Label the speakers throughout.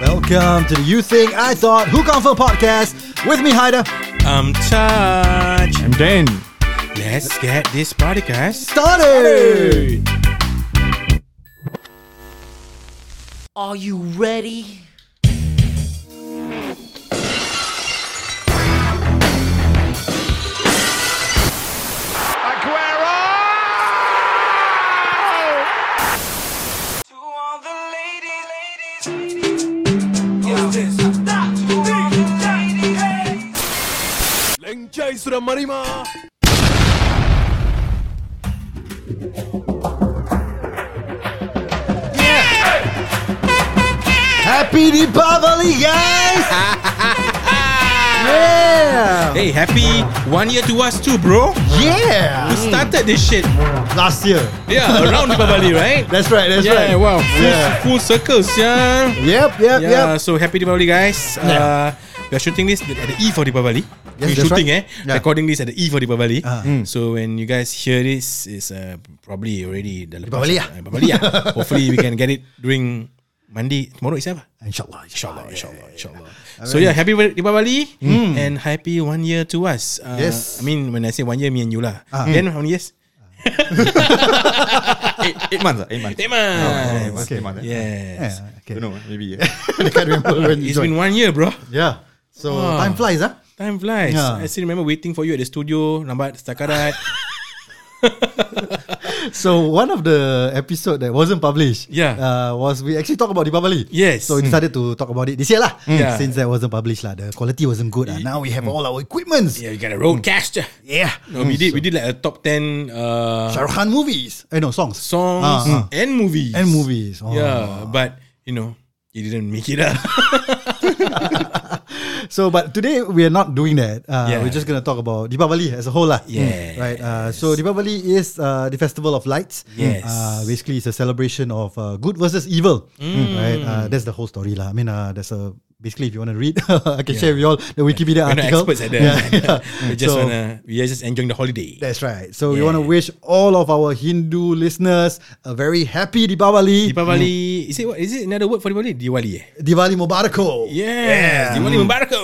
Speaker 1: welcome to the You Think I Thought Who Confirm podcast with me, Haida.
Speaker 2: I'm Taj.
Speaker 3: I'm Dan.
Speaker 2: Um, Let's get this podcast.
Speaker 1: Started!
Speaker 4: Are you ready?
Speaker 5: To all the ladies, ladies, ladies. Yeah. Stop. To all the ladies, ladies.
Speaker 2: Lencai sudah marima.
Speaker 1: Happy Deepavali, guys! yeah!
Speaker 2: Hey, happy one year to us too, bro.
Speaker 1: Yeah!
Speaker 2: We started this shit.
Speaker 1: Last year.
Speaker 2: Yeah, around Diwali, right?
Speaker 1: That's right, that's
Speaker 2: Yeah,
Speaker 1: right.
Speaker 2: wow. Full,
Speaker 1: Yeah.
Speaker 2: full circles, yeah.
Speaker 1: Yep, yep,
Speaker 2: Yeah,
Speaker 1: yep.
Speaker 2: so happy Diwali, guys.
Speaker 1: Yeah.
Speaker 2: Uh, we are shooting this at the eve of Diwali.
Speaker 1: Yes,
Speaker 2: We're
Speaker 1: that's
Speaker 2: shooting,
Speaker 1: right.
Speaker 2: eh?
Speaker 1: Yeah.
Speaker 2: Recording this at the eve of Diwali.
Speaker 1: Ah.
Speaker 2: Mm. So when you guys hear this, it's uh, probably already the lepas-
Speaker 1: Deepavali, ah.
Speaker 2: uh, Deepavali, ah. Hopefully, we can get it during Monday tomorrow itself. ah.
Speaker 1: Inshallah,
Speaker 2: Inshallah,
Speaker 1: inshallah.
Speaker 2: inshallah, inshallah. So yeah, happy Wa- Diwali and happy one year to us. Uh,
Speaker 1: Hmm. Yes. Ah.
Speaker 2: I mean when I say one year, me and you lah. Then how many years?
Speaker 3: Eight, eight months. ah, Eight months.
Speaker 2: Eight months.
Speaker 1: Okay.
Speaker 3: Eight months. eh?
Speaker 2: Yes.
Speaker 1: Yeah,
Speaker 3: Don't
Speaker 1: okay.
Speaker 3: know. eh. Maybe.
Speaker 1: I can't remember when you
Speaker 2: It's been
Speaker 1: joined.
Speaker 2: one year, bro.
Speaker 1: Yeah. So,
Speaker 2: Ah.
Speaker 1: time flies, huh?
Speaker 2: Time flies.
Speaker 1: Yeah.
Speaker 2: I still remember waiting for you at the studio. Nampak setakat.
Speaker 1: So one of the episode that wasn't published,
Speaker 2: Yeah.
Speaker 1: uh, was we actually talk about Deepavali.
Speaker 2: Yes.
Speaker 1: So we decided to talk about it this year lah.
Speaker 2: Hmm. Yeah.
Speaker 1: Since that wasn't published lah, the quality wasn't good. lah. Now we have all our equipments.
Speaker 2: yeah, you got a roadcaster.
Speaker 1: Yeah. Hmm.
Speaker 2: No, we did. We did like a top ten uh,
Speaker 1: Shah Rukh Khan movies. Eh no songs.
Speaker 2: songs
Speaker 1: Ah, ah.
Speaker 2: and movies.
Speaker 1: and movies. Oh.
Speaker 2: Yeah, but you know, you didn't make it up.
Speaker 1: So but today we are not doing that. Uh,
Speaker 2: Yeah.
Speaker 1: We're just gonna talk about Deepavali as a whole lah.
Speaker 2: Yes.
Speaker 1: Right. Uh, so Deepavali is uh, the festival of lights.
Speaker 2: Yes.
Speaker 1: Uh, basically, it's a celebration of uh, good versus evil.
Speaker 2: Mm.
Speaker 1: Right. Uh, that's the whole story lah. I mean, uh, there's a basically if you want to read, I can share with you all the Wikipedia
Speaker 2: We're not
Speaker 1: article.
Speaker 2: experts at that.
Speaker 1: Yeah, yeah.
Speaker 2: We just
Speaker 1: So-
Speaker 2: wanna. We are just enjoying the holiday.
Speaker 1: That's right. So we
Speaker 2: Yeah.
Speaker 1: want to wish all of our Hindu listeners a very happy Deepavali. Hmm.
Speaker 2: Deepavali Is it what is it another word for Deepavali? Diwali eh?
Speaker 1: Diwali Mubarako.
Speaker 2: Yes Diwali
Speaker 1: Hmm.
Speaker 2: Mubarako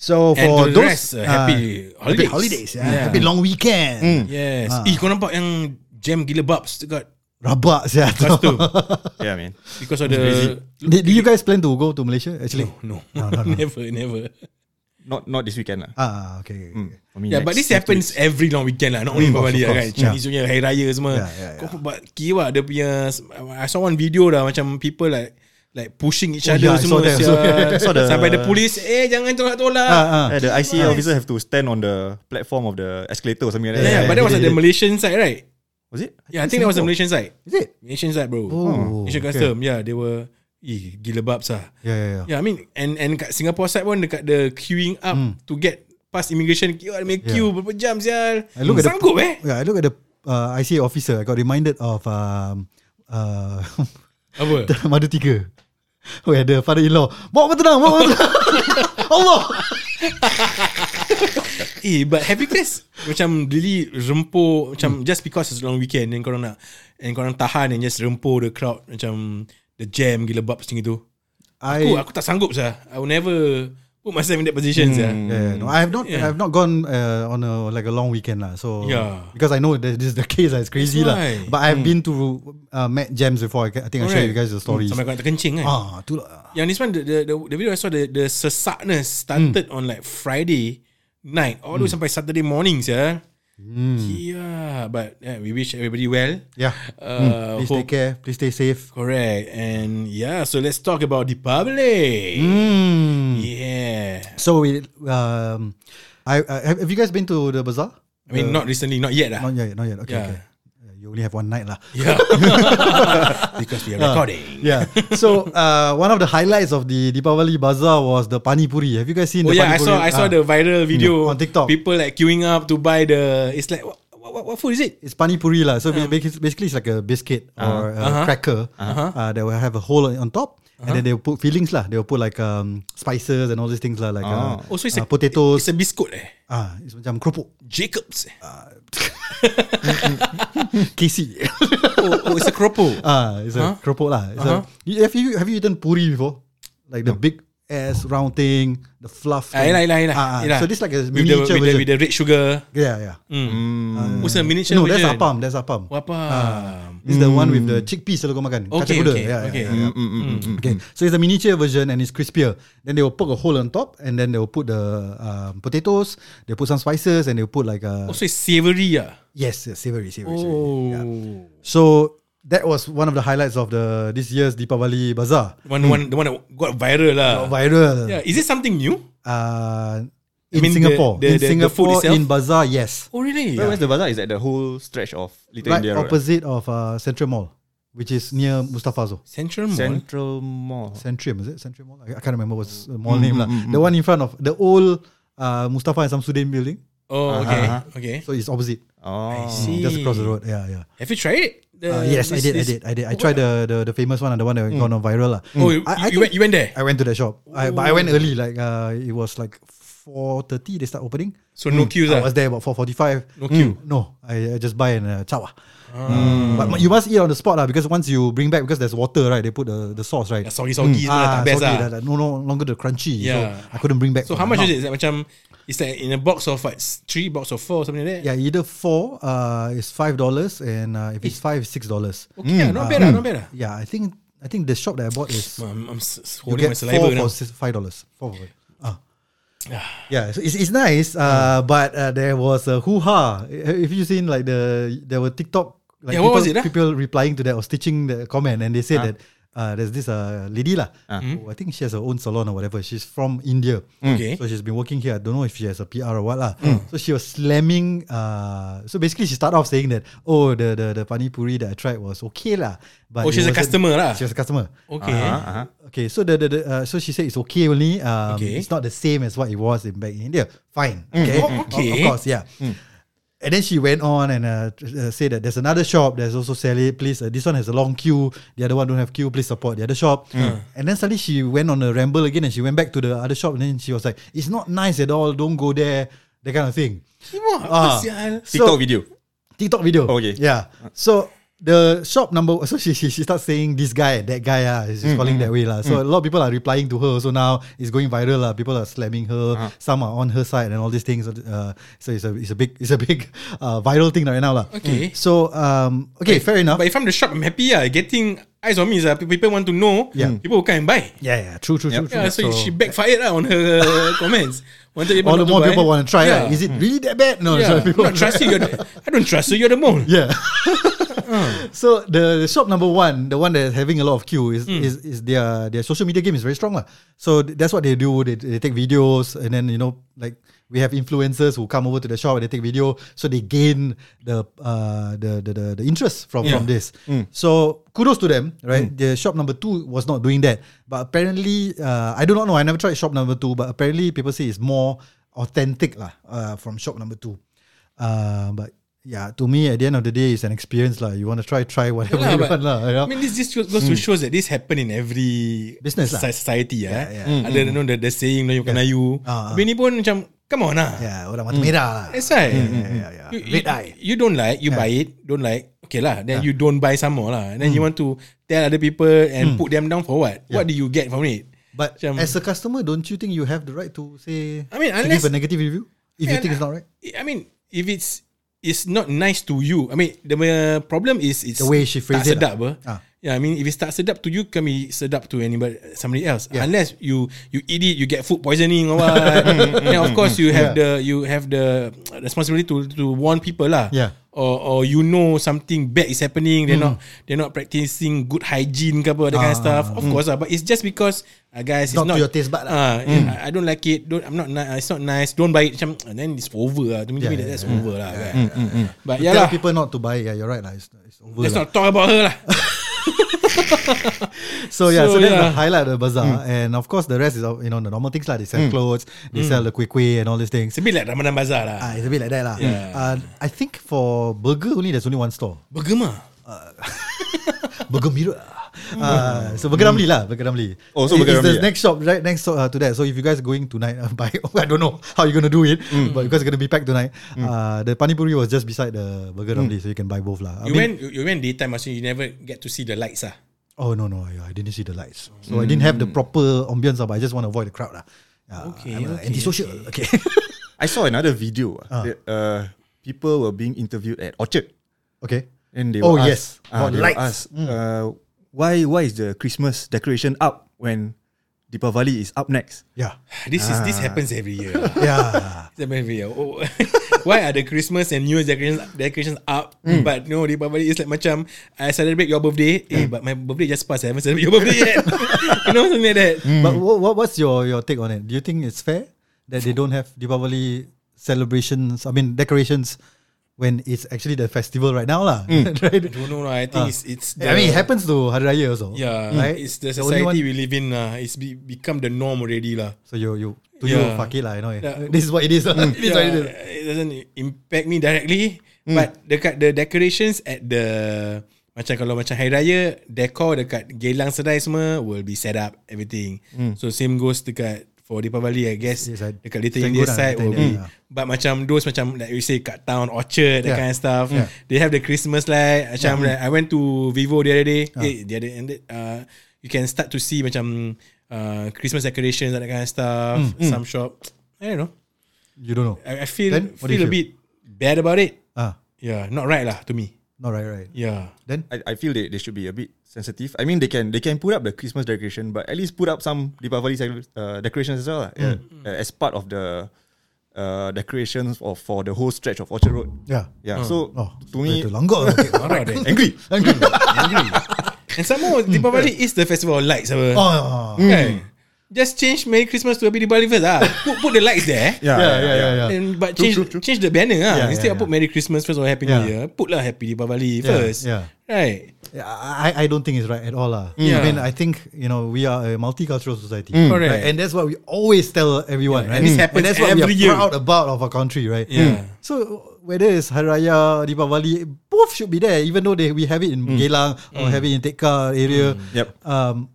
Speaker 1: So
Speaker 2: And
Speaker 1: for
Speaker 2: to the
Speaker 1: those
Speaker 2: rest, uh, happy holidays.
Speaker 1: happy holidays, yeah.
Speaker 2: Yeah.
Speaker 1: happy long weekend.
Speaker 2: Yes
Speaker 1: Ah.
Speaker 2: Eh kau nampak yang Jam gila babs dekat
Speaker 1: Rabak sia tu.
Speaker 2: Custom
Speaker 3: yeah, man.
Speaker 2: Because of the
Speaker 1: Did, did you guys plan to go to Malaysia actually?
Speaker 2: No, Never never
Speaker 3: Not not this weekend lah.
Speaker 1: Ah, okay. okay,
Speaker 2: Mm.
Speaker 1: okay.
Speaker 3: For me,
Speaker 2: Yeah but
Speaker 3: next-
Speaker 2: this happens Every long weekend lah Not only Deepavali
Speaker 1: Mm, of
Speaker 2: lah kan
Speaker 1: course.
Speaker 2: Chinese punya Hari Raya semua
Speaker 1: Yeah, yeah,
Speaker 2: Kau but Kira lah dia punya I saw one video dah Macam people like Like pushing each other
Speaker 1: Oh, yeah, I saw
Speaker 2: semua
Speaker 1: that.
Speaker 2: sia.
Speaker 1: So, yeah,
Speaker 3: I saw the-
Speaker 2: Sampai the police Eh jangan
Speaker 1: Ah,
Speaker 2: tolak-tolak
Speaker 1: ah.
Speaker 3: Yeah, the ICA officer have to stand on the platform of the escalator or something like
Speaker 2: Yeah
Speaker 3: that.
Speaker 2: but that was at the
Speaker 1: Yeah.
Speaker 2: Malaysian side right
Speaker 3: Was it?
Speaker 2: Yeah I think that was the
Speaker 3: Singapore.
Speaker 2: Malaysian side
Speaker 1: Is it?
Speaker 2: Malaysian side bro
Speaker 1: Oh,
Speaker 2: Malaysian
Speaker 1: okay.
Speaker 2: custom Yeah they were eh, Gila babs lah
Speaker 1: Yeah, yeah, yeah.
Speaker 2: Yeah I mean And and kat Singapore side pun Dekat the queuing up
Speaker 1: Hmm.
Speaker 2: To get past immigration Queue ada yeah. queue Berapa jam sial
Speaker 1: I look at the-
Speaker 2: Sanggup eh
Speaker 1: Yeah, I look at the uh, ICA officer. I got reminded of um, uh,
Speaker 2: Apa
Speaker 1: dalam ada tiga. Where the father-in-law Bawa apa tenang Bawa apa tenang Allah
Speaker 2: Eh but have you guys Macam really Rempo
Speaker 1: Hmm.
Speaker 2: Macam just because It's a long weekend And korang nak And korang tahan And just rempo the crowd Macam The jam Gila bab macam itu
Speaker 1: I,
Speaker 2: Aku aku tak sanggup sah I will never Put myself in that position sah
Speaker 1: Hmm. Yeah, no, I have not.
Speaker 2: Yeah.
Speaker 1: I have not gone uh, on a like a long weekend lah. So
Speaker 2: Yeah.
Speaker 1: because I know that this is the case. lah, It's crazy
Speaker 2: That's
Speaker 1: lah.
Speaker 2: why. Hmm.
Speaker 1: But I've been to uh, Matt Jams before. I, ca- I think I share you guys the stories.
Speaker 2: Sampai korang terkencing kan
Speaker 1: Ah, tu lah.
Speaker 2: Yang this one the, the, the, the video I saw The, the sesakness Started
Speaker 1: Hmm.
Speaker 2: on like Friday Night All the way sampai Saturday morning yeah. Yeah But yeah, we wish everybody well
Speaker 1: Hmm. Yeah. Hmm.
Speaker 2: uh,
Speaker 1: Please
Speaker 2: hope,
Speaker 1: take care. Please stay safe.
Speaker 2: Correct And yeah So let's talk about the public
Speaker 1: Mm.
Speaker 2: Yeah
Speaker 1: So we um, I, I have have you guys been to the bazaar? Uh,
Speaker 2: I mean not recently Not yet lah
Speaker 1: Not yet. Not yet. Okay.
Speaker 2: Yeah.
Speaker 1: okay. Yeah, You only have one night lah.
Speaker 2: Yeah Because we are recording
Speaker 1: Yeah. So uh, one of the highlights of the Deepavali bazaar was the pani puri. Have you guys seen
Speaker 2: Oh
Speaker 1: the
Speaker 2: yeah, I
Speaker 1: pani puri?
Speaker 2: saw I saw
Speaker 1: Ah,
Speaker 2: the viral video
Speaker 1: On TikTok.
Speaker 2: People like queuing up to buy the. It's like what what, what- what food is it?
Speaker 1: It's pani puri lah. So ba- ba- basically, it's like a biscuit
Speaker 2: Ah.
Speaker 1: or a
Speaker 2: Uh-huh.
Speaker 1: cracker uh that will have a hole on top, and then they will put fillings lah. They will put like um, spices and all these things lah, like uh,
Speaker 2: Oh, so it's
Speaker 1: uh,
Speaker 2: a
Speaker 1: potatoes.
Speaker 2: It's a biscuit eh.
Speaker 1: ah, it's macam keropok.
Speaker 2: Jacobs.
Speaker 1: Casey.
Speaker 2: oh, oh, it's a kropo. Uh-huh.
Speaker 1: ah, it's a keropok lah. It's a- you- have you have you eaten puri before? like the big ass round thing, the fluff.
Speaker 2: Ah,
Speaker 1: thing.
Speaker 2: yelah, yelah, yelah.
Speaker 1: Ah, ah,
Speaker 2: yelah.
Speaker 1: So this like a
Speaker 2: with the,
Speaker 1: miniature
Speaker 2: with the,
Speaker 1: version.
Speaker 2: with the red sugar.
Speaker 1: yeah, yeah.
Speaker 2: Mm. What's a miniature
Speaker 1: No, that's Ah.
Speaker 2: version? Oh,
Speaker 1: apam. That's apam.
Speaker 2: Wapam.
Speaker 1: It's the one with the chickpeas selalu kau makan. Kacang
Speaker 2: Hmm. Okay,
Speaker 1: kuda. Ya,
Speaker 2: okay,
Speaker 1: Yeah,
Speaker 2: okay. Hmm,
Speaker 1: Yeah, yeah, Okay, so it's a miniature version and it's crispier. Then they will poke a hole on top and then they will put the um, potatoes, they put some spices and they will put like a
Speaker 2: Oh, so it's savoury ah.
Speaker 1: yes, yes, savory, savory. savory.
Speaker 2: Oh.
Speaker 1: So that was one of the highlights of the this year's Deepavali bazaar.
Speaker 2: One, one, the one that got viral lah.
Speaker 1: Viral.
Speaker 2: Yeah, is it something new?
Speaker 1: Uh,
Speaker 2: I
Speaker 1: in
Speaker 2: mean, the-
Speaker 1: Singapore,
Speaker 2: the-
Speaker 1: in
Speaker 2: the- the
Speaker 1: Singapore,
Speaker 2: food itself?
Speaker 1: in bazaar, yes,
Speaker 2: Oh really?
Speaker 3: Where, where's the bazaar? Is at the whole stretch of Little
Speaker 1: right
Speaker 3: India, right?
Speaker 1: opposite of uh, Central Mall, which is near Mustafa Zoo.
Speaker 2: Central Mall.
Speaker 3: Central Mall.
Speaker 1: Centrium, is it? Centrium Mall? I, I can't remember what's the
Speaker 2: Mm,
Speaker 1: mall name. lah. The one in front of the old uh, Mustafa and Samsudin building.
Speaker 2: oh okay. Okay.
Speaker 1: Uh-huh. So it's opposite.
Speaker 3: Oh.
Speaker 2: See.
Speaker 1: Just across the road. Yeah, yeah.
Speaker 2: Have you tried it? The-
Speaker 1: Uh, yes, I
Speaker 2: this-
Speaker 1: did, I
Speaker 2: this-
Speaker 1: did, I did. I tried the, the, the famous one and the one that gone on viral. lah.
Speaker 2: Oh, you,
Speaker 1: I, I Hmm.
Speaker 2: you
Speaker 1: think
Speaker 2: went, you went there.
Speaker 1: I went to the shop. I, but I went early, like uh, it was like 4.30 they start opening.
Speaker 2: So no queues
Speaker 1: Hmm. I
Speaker 2: ah.
Speaker 1: was there about 4.45.
Speaker 2: No queue.
Speaker 1: No, I, I just buy and uh, chow. ah. Mm. But you must eat on the spot lah because once you bring back, because there's water, right? They put the, the sauce, right?
Speaker 2: Yeah, soggy soggy mm.
Speaker 1: Ah,
Speaker 2: tak best
Speaker 1: salty,
Speaker 2: ah.
Speaker 1: dah- dah- no, no longer the crunchy.
Speaker 2: Yeah.
Speaker 1: So I couldn't bring back.
Speaker 2: So how much is it? Is that macam it's like in a box of like s- three, box of four, or something like that.
Speaker 1: Yeah, either four uh is five dollars and uh, if it's five, six dollars. Hmm.
Speaker 2: Okay, ah, not bad, ah, not bad. ah.
Speaker 1: Yeah, I think I think the shop that I bought is
Speaker 2: I'm, I'm s- s-
Speaker 1: you
Speaker 2: holding my
Speaker 1: get
Speaker 2: saliva
Speaker 1: four
Speaker 2: now.
Speaker 1: for six, five dollars. Four for ah. Yeah, so it's, it's nice,
Speaker 2: Mm.
Speaker 1: uh, but uh, there was a hoo ha. If you seen like the there were TikTok, like people,
Speaker 2: Yeah, what was it, ah?
Speaker 1: people replying to that or stitching the comment, and they said that uh, there's this uh, lady lah.
Speaker 2: Ah.
Speaker 1: who I think she has her own salon or whatever. She's from India,
Speaker 2: Mm-hmm. Mm. Okay. Mm.
Speaker 1: So she's been working here. I don't know if she has a PR or what lah. So she was slamming. Uh, so basically, she started off saying that oh the the the pani puri that I tried was okay lah. But it
Speaker 2: Oh, she's a
Speaker 1: wasn't-
Speaker 2: customer lah.
Speaker 1: She was a customer.
Speaker 2: Okay.
Speaker 3: Uh-huh.
Speaker 1: Okay, so the, the, the uh, so she said it's okay only. Um,
Speaker 2: Okay.
Speaker 1: It's not the same as what it was in back in India. Fine. Okay.
Speaker 2: Oh,
Speaker 1: Of-
Speaker 2: okay. Mm.
Speaker 1: Of, course, yeah. And then she went on and uh, t- uh, said that there's another shop that's also selling. Please, uh, this one has a long queue. The other one don't have queue. Please support the other shop.
Speaker 2: Mm. Uh.
Speaker 1: And then suddenly she went on a ramble again and she went back to the other shop and then she was like, "It's not nice at all. Don't go there." That kind of thing.
Speaker 2: Wah, apa
Speaker 1: Ah.
Speaker 2: sial?
Speaker 3: TikTok
Speaker 1: So-
Speaker 3: video.
Speaker 1: TikTok video.
Speaker 3: Oh, okay.
Speaker 1: Yeah. So the shop number so she she, she starts saying this guy that guy ah she's calling that way lah. So a lot of people are replying to her. So now it's going viral lah. People are slamming her. Some are on her side and all these things. Uh, so it's a it's a big it's a big uh, viral thing right now lah. Mm.
Speaker 2: Okay.
Speaker 1: So um okay fair enough.
Speaker 2: But if I'm the shop, I'm happy. Ah, getting eyes on me. is, Ah, Pe- people want to know.
Speaker 1: Yeah.
Speaker 2: People will come and buy.
Speaker 1: yeah yeah true true true. true.
Speaker 2: Yeah, so, she backfired ah, on her comments. Wanted
Speaker 1: all
Speaker 2: people
Speaker 1: the
Speaker 2: not
Speaker 1: more
Speaker 2: to buy.
Speaker 1: people want to try.
Speaker 2: Yeah.
Speaker 1: right? Is it really that bad? No.
Speaker 2: Yeah.
Speaker 1: so people
Speaker 2: I'm not trusting you. You're the- I don't trust you. You're the mole.
Speaker 1: Yeah. so the shop number one, the one that's having a lot of queue, is is, is their their social media game is very strong lah. So th- that's what they do. They, they take videos and then you know like we have influencers who come over to the shop and they take video, so they gain the uh the the, the, the interest from
Speaker 2: Yeah.
Speaker 1: from this. So kudos to them, right? The shop number two was not doing that, but apparently uh, I do not know. I never tried shop number two, but apparently people say it's more authentic lah uh, from shop number two. Uh, but yeah, to me, at the end of the day, it's an experience lah. You want to try, try whatever
Speaker 2: Yeah,
Speaker 1: you
Speaker 2: but-
Speaker 1: want lah. You know?
Speaker 2: I mean, this just goes to shows that this happen in every
Speaker 1: Business lah.
Speaker 2: soci- society. Yeah,
Speaker 1: yeah.
Speaker 2: Ada you know the, the saying, no, you kena you.
Speaker 1: Ah, ah.
Speaker 2: Tapi ni pun macam, come on lah.
Speaker 1: yeah, orang mata merah lah.
Speaker 2: That's right.
Speaker 1: yeah, yeah, yeah.
Speaker 2: You, you,
Speaker 1: Red eye.
Speaker 2: you don't like, you buy it, don't like, okay lah. Then you don't buy some more lah. And then you
Speaker 1: Hmm.
Speaker 2: want to tell other people and put them down for what? What do you get from it?
Speaker 1: But
Speaker 2: Macam-
Speaker 1: as a customer, don't you think you have the right to say?
Speaker 2: I mean,
Speaker 1: to
Speaker 2: unless-
Speaker 1: give a negative review if you
Speaker 2: Yeah,
Speaker 1: think it's not right.
Speaker 2: I mean, if it's it's not nice to you, I mean, the uh, problem is it's
Speaker 1: The way she phrased
Speaker 2: tak
Speaker 1: it
Speaker 2: sedap,
Speaker 1: lah.
Speaker 2: ah.
Speaker 1: Ah.
Speaker 2: Yeah, I mean, if it's tak sedap to you, can be sedap to anybody, somebody else. Unless you you eat it, you get food poisoning or what.
Speaker 1: Mm,
Speaker 2: and of course, you have the you have the responsibility to to warn people lah.
Speaker 1: Yeah. Mm.
Speaker 2: Or or you know something bad is happening. They're not they're not practicing good hygiene, ke apa that kind of stuff. Of course, ah, but it's just because uh, guys, it's
Speaker 1: mm. Not to
Speaker 2: not
Speaker 1: your taste bud lah.
Speaker 2: Ah, I- I don't like it. Don't I'm not. Ni- it's not nice. Don't buy it. Macam, and then it's over lah. To me, to
Speaker 1: Yeah,
Speaker 2: me,
Speaker 1: yeah, yeah.
Speaker 2: that's
Speaker 1: Hmm,
Speaker 2: over lah. kan. But yeah
Speaker 1: Tell
Speaker 2: lah.
Speaker 1: people not to buy. Yeah, you're right lah. It's, it's over.
Speaker 2: Let's
Speaker 1: lah.
Speaker 2: not talk about her lah.
Speaker 1: So yeah, so,
Speaker 2: So,
Speaker 1: that's the
Speaker 2: yeah.
Speaker 1: highlight of the bazaar, and of course the rest is you know the normal things like they sell clothes,
Speaker 2: Hmm.
Speaker 1: they sell the quick way and all these things.
Speaker 2: It's a bit like Ramadan Bazaar lah.
Speaker 1: Ah, it's a bit like that lah.
Speaker 2: Yeah.
Speaker 1: Uh, I think for burger only there's only one store.
Speaker 2: Bergema.
Speaker 1: Burger Mirror. Uh, so Burger Ramli lah Burger Ramli
Speaker 3: Oh, so
Speaker 1: It's
Speaker 3: Burger
Speaker 1: the
Speaker 3: Ramli, yeah.
Speaker 1: next shop Right next to, uh, to that So if you guys going tonight uh, buy, I don't know How you gonna do it But you guys gonna be packed tonight uh, The Pani Puri was just beside The Burger Ramli So you can buy both lah I
Speaker 2: You
Speaker 1: mean-
Speaker 2: went you, you went daytime, so you never get to see the lights ah.
Speaker 1: Oh no no, I, I didn't see the lights, so I didn't have the proper ambience. ah, But I just want to avoid the crowd lah. Yeah,
Speaker 2: Okay,
Speaker 1: I'm a
Speaker 2: okay,
Speaker 1: antisocial. Okay.
Speaker 3: I saw another video ah, that uh, people were being interviewed at Orchard.
Speaker 1: okay.
Speaker 3: And they
Speaker 1: Oh,
Speaker 3: were
Speaker 1: yes.
Speaker 3: asked, ah,
Speaker 1: About
Speaker 3: they were
Speaker 1: lights. Mm.
Speaker 3: asked, uh, why why is the Christmas decoration up when Deepavali is up next?
Speaker 1: Yeah.
Speaker 2: This is this
Speaker 1: Ah.
Speaker 2: happens every year.
Speaker 1: Yeah.
Speaker 2: This happens every year. Oh, why are the Christmas and New Year's decorations decorations up?
Speaker 1: Hmm.
Speaker 2: But no, Deepavali is like macam I celebrate your birthday,
Speaker 1: Hmm.
Speaker 2: eh, but my birthday just passed. I haven't celebrated your birthday yet. you know something like that.
Speaker 1: But what, what's your, your take on it? Do you think it's fair that they don't have Diwali celebrations? I mean decorations when it's actually the festival right now, lah. right?
Speaker 2: I don't know. lah. I think it's it's.
Speaker 1: Ah. I mean, it happens to Hari Raya also.
Speaker 2: Yeah,
Speaker 1: right.
Speaker 2: it's the
Speaker 1: only
Speaker 2: society we live in. lah. it's be, become the norm already, lah.
Speaker 1: So you you to you
Speaker 2: Yeah.
Speaker 1: fuck it lah, you know. eh.
Speaker 2: Yeah. Hmm.
Speaker 1: This is what it is. lah. it is what it is.
Speaker 2: Yeah, it doesn't impact me directly,
Speaker 1: Hmm.
Speaker 2: but dekat the decorations at the macam kalau macam Hari Raya, decor dekat Geylang Serai semua will be set up everything. So same goes dekat for Deepavali I guess
Speaker 1: Hmm. Yes, I-
Speaker 2: dekat Little
Speaker 1: same
Speaker 2: India
Speaker 1: goes lah,
Speaker 2: side
Speaker 1: Little
Speaker 2: will be
Speaker 1: India,
Speaker 2: but macam those macam like you say kat town Orchard that
Speaker 1: Yeah.
Speaker 2: kind of stuff they have the Christmas light macam like, I went to Vivo the other day eh, the other ended uh, you can start to see macam uh, Christmas decorations that kind of stuff
Speaker 1: Hmm.
Speaker 2: some shop I don't know
Speaker 1: You don't know.
Speaker 2: I, I feel
Speaker 1: Then, what do
Speaker 2: feel
Speaker 1: you
Speaker 2: a bit bad about it.
Speaker 1: Ah,
Speaker 2: Yeah, not right lah to me.
Speaker 1: not right, right.
Speaker 2: Yeah.
Speaker 1: Then
Speaker 3: I, I feel they, they should be a bit sensitive. I mean, they can they can put up the Christmas decoration, but at least put up some Deepavali cele- uh, decorations as well, lah. Yeah.
Speaker 1: Mm.
Speaker 3: Uh, as part of the uh, decorations of, for the whole stretch of Orchard Road.
Speaker 1: yeah.
Speaker 3: Yeah, so
Speaker 1: Oh,
Speaker 3: to me,
Speaker 1: to langgar. Okay.
Speaker 2: Not right then.
Speaker 3: angry.
Speaker 1: Angry.
Speaker 2: And some more, Deepavali is the festival of lights. apa.
Speaker 1: oh,
Speaker 2: Kan? Just change Merry Christmas to Happy Deepavali first ah. Put, put the lights there.
Speaker 1: yeah,
Speaker 3: Yeah,
Speaker 1: yeah, yeah, yeah.
Speaker 2: And, but change change the banner ah.
Speaker 1: Yeah,
Speaker 2: Instead
Speaker 1: yeah,
Speaker 2: of put Merry Christmas first or Happy New
Speaker 1: Yeah.
Speaker 2: Year, put lah Happy Deepavali
Speaker 1: Yeah,
Speaker 2: first.
Speaker 1: yeah.
Speaker 2: Right.
Speaker 1: Yeah, I, I don't think it's right at all. lah.
Speaker 2: Mm. Yeah. Mm.
Speaker 1: I mean, I think, you know, we are a multicultural society.
Speaker 2: Correct.
Speaker 1: right? And that's what we always tell everyone, right?
Speaker 2: and this happens
Speaker 1: that's what we
Speaker 2: every year.
Speaker 1: are proud about of our country, right?
Speaker 2: Mm.
Speaker 1: Mm.
Speaker 2: Yeah.
Speaker 1: So whether it's Haraya, Deepavali, both should be there, even though they, we have it in
Speaker 2: Mm.
Speaker 1: Geylang or have it in Tekka area.
Speaker 3: Yep.
Speaker 1: Um,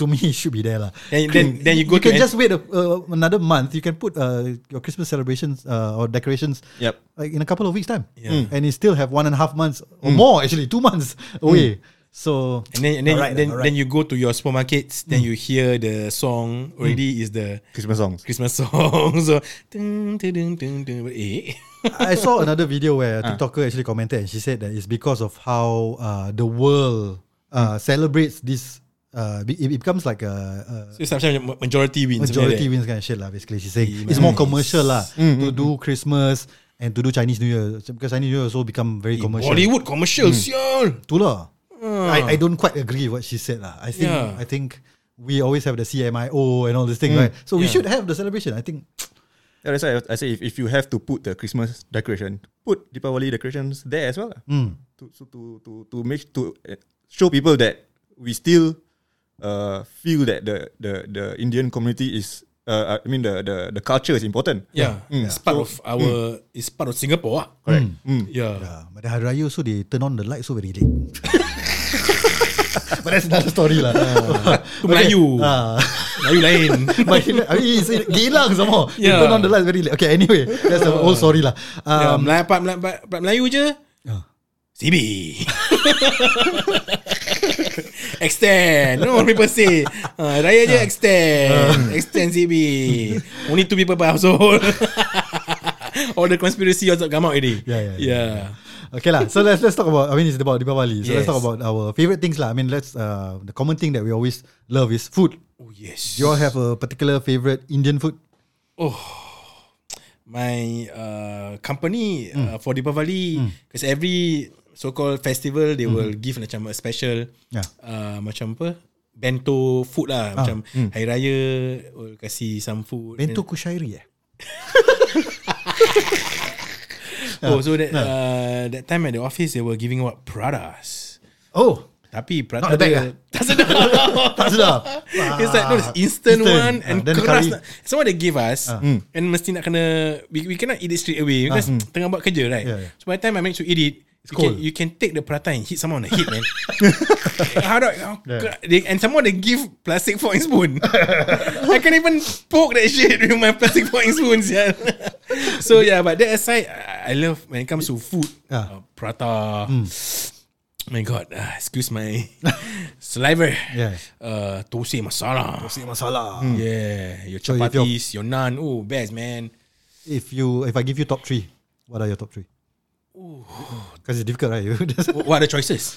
Speaker 1: to me, it should be there. lah.
Speaker 2: Then- then- then you go to
Speaker 1: can
Speaker 2: an-
Speaker 1: just wait a, uh, another month. You can put uh, your Christmas celebrations uh, or decorations
Speaker 3: Yep.
Speaker 1: like in a couple of weeks time,
Speaker 2: Yeah. Mm.
Speaker 1: and you still have one and a half months or more actually, two months away. So
Speaker 2: And then and then
Speaker 1: Alright,
Speaker 2: then,
Speaker 1: alright.
Speaker 2: then you go to your supermarkets,
Speaker 1: Hmm.
Speaker 2: then you hear the song already is the
Speaker 3: Christmas songs.
Speaker 2: Christmas song. so dun, dun, dun, dun, dun. Eh.
Speaker 1: I saw another video where a
Speaker 2: Ah.
Speaker 1: TikToker actually commented and she said that it's because of how uh, the world
Speaker 2: Mm.
Speaker 1: uh, celebrates this. Uh, be- it it becomes like a,
Speaker 2: So it's macam majority
Speaker 1: a
Speaker 2: wins. something like
Speaker 1: majority
Speaker 2: that. Mm,
Speaker 1: wins kind of shit lah. Basically, she's saying it's more commercial lah to do Christmas and to do Chinese New Year because Chinese New Year also become very commercial.
Speaker 2: Bollywood commercial, sial.
Speaker 1: Tu lah. I, I don't quite agree with what she said lah. I think
Speaker 2: Ah. Yeah. Mm.
Speaker 1: I think we always have the CMIO and all this thing, right? So we
Speaker 2: Yeah.
Speaker 1: should have the celebration. I think
Speaker 3: Yeah, that's why I, I say if, if you have to put the Christmas decoration, put Deepavali decorations there as well. lah.
Speaker 2: Hmm.
Speaker 3: To, so to to to make to uh, show people that we still uh, feel that the, the the Indian community is uh, I mean the, the the culture is important.
Speaker 2: Yeah. It's part of our it's part of Singapore. ah.
Speaker 3: Hmm. Correct. Mm.
Speaker 2: Yeah.
Speaker 1: yeah. ah, But the Hari Raya also they turn on the lights so very late. but that's another story lah.
Speaker 2: Tu Melayu.
Speaker 1: Ah.
Speaker 2: Melayu lain.
Speaker 1: But I mean, it's in Geylang some more. They
Speaker 2: Yeah.
Speaker 1: turn on the lights very late. Okay, anyway, that's the whole story lah.
Speaker 2: Yeah,
Speaker 1: Um,
Speaker 2: Melayu part, Melayu, part, part Melayu je. CB. extend. No one people say. Uh, raya je extend. Extend CB. Only two people per household. All the conspiracy also come out already.
Speaker 1: Yeah, yeah, yeah,
Speaker 2: yeah.
Speaker 1: Okay lah. So let's let's talk about. I mean, it's about Diwali. So let's
Speaker 2: Yes.
Speaker 1: talk about our favorite things lah. I mean, let's uh, the common thing that we always love is food.
Speaker 2: Oh yes.
Speaker 1: Do you all have a particular favorite Indian food?
Speaker 2: my uh, company
Speaker 1: Hmm.
Speaker 2: uh, for Deepavali because every so-called
Speaker 1: Hmm.
Speaker 2: festival they will give macam a special
Speaker 1: Yeah.
Speaker 2: uh, macam apa bento food lah
Speaker 1: Ah,
Speaker 2: macam Hari Raya will kasih some food
Speaker 1: hmm. Bento kushairi eh.
Speaker 2: Then-
Speaker 1: ah,
Speaker 2: oh so that uh, that time at the office they were giving out pratas
Speaker 1: Oh,
Speaker 2: tapi prata
Speaker 1: Not the bag
Speaker 2: dia-
Speaker 1: ah?
Speaker 2: tak sedap
Speaker 1: tak sedap.
Speaker 2: It's like no, it's instant,
Speaker 1: Ah. Instant.
Speaker 2: one and
Speaker 1: Ah, then Ah.
Speaker 2: keras.
Speaker 1: curry.
Speaker 2: nak- So what they give us Hmm. and mesti nak kena we, we cannot eat it straight away because tengah buat kerja right.
Speaker 1: Ah, hmm. Yeah, yeah.
Speaker 2: So by the time I manage to eat it, you can,
Speaker 1: cold.
Speaker 2: you can take the prata and hit someone on the head, man. how do how,
Speaker 1: Yeah.
Speaker 2: they, and someone they give plastic fork and spoon. I can't even poke that shit with my plastic fork and spoons. Yeah.
Speaker 1: Ah.
Speaker 2: so yeah, but that aside, I, I love when it comes to food,
Speaker 1: Yeah.
Speaker 2: uh, prata. Uh, my god, uh, excuse my saliva.
Speaker 1: Yeah.
Speaker 2: Uh, Tose masala.
Speaker 1: Masala.
Speaker 2: Yeah, your
Speaker 1: if you're-
Speaker 2: chapatis, your naan. Oh, best man.
Speaker 1: If you if I give you top three, what are your top three? Because it's difficult, right? You just-
Speaker 2: Wh- What are the choices?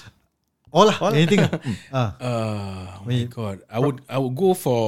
Speaker 1: all lah, anything. lah. Ah,
Speaker 2: Uh, oh my
Speaker 1: Wait.
Speaker 2: god, I would I would go for.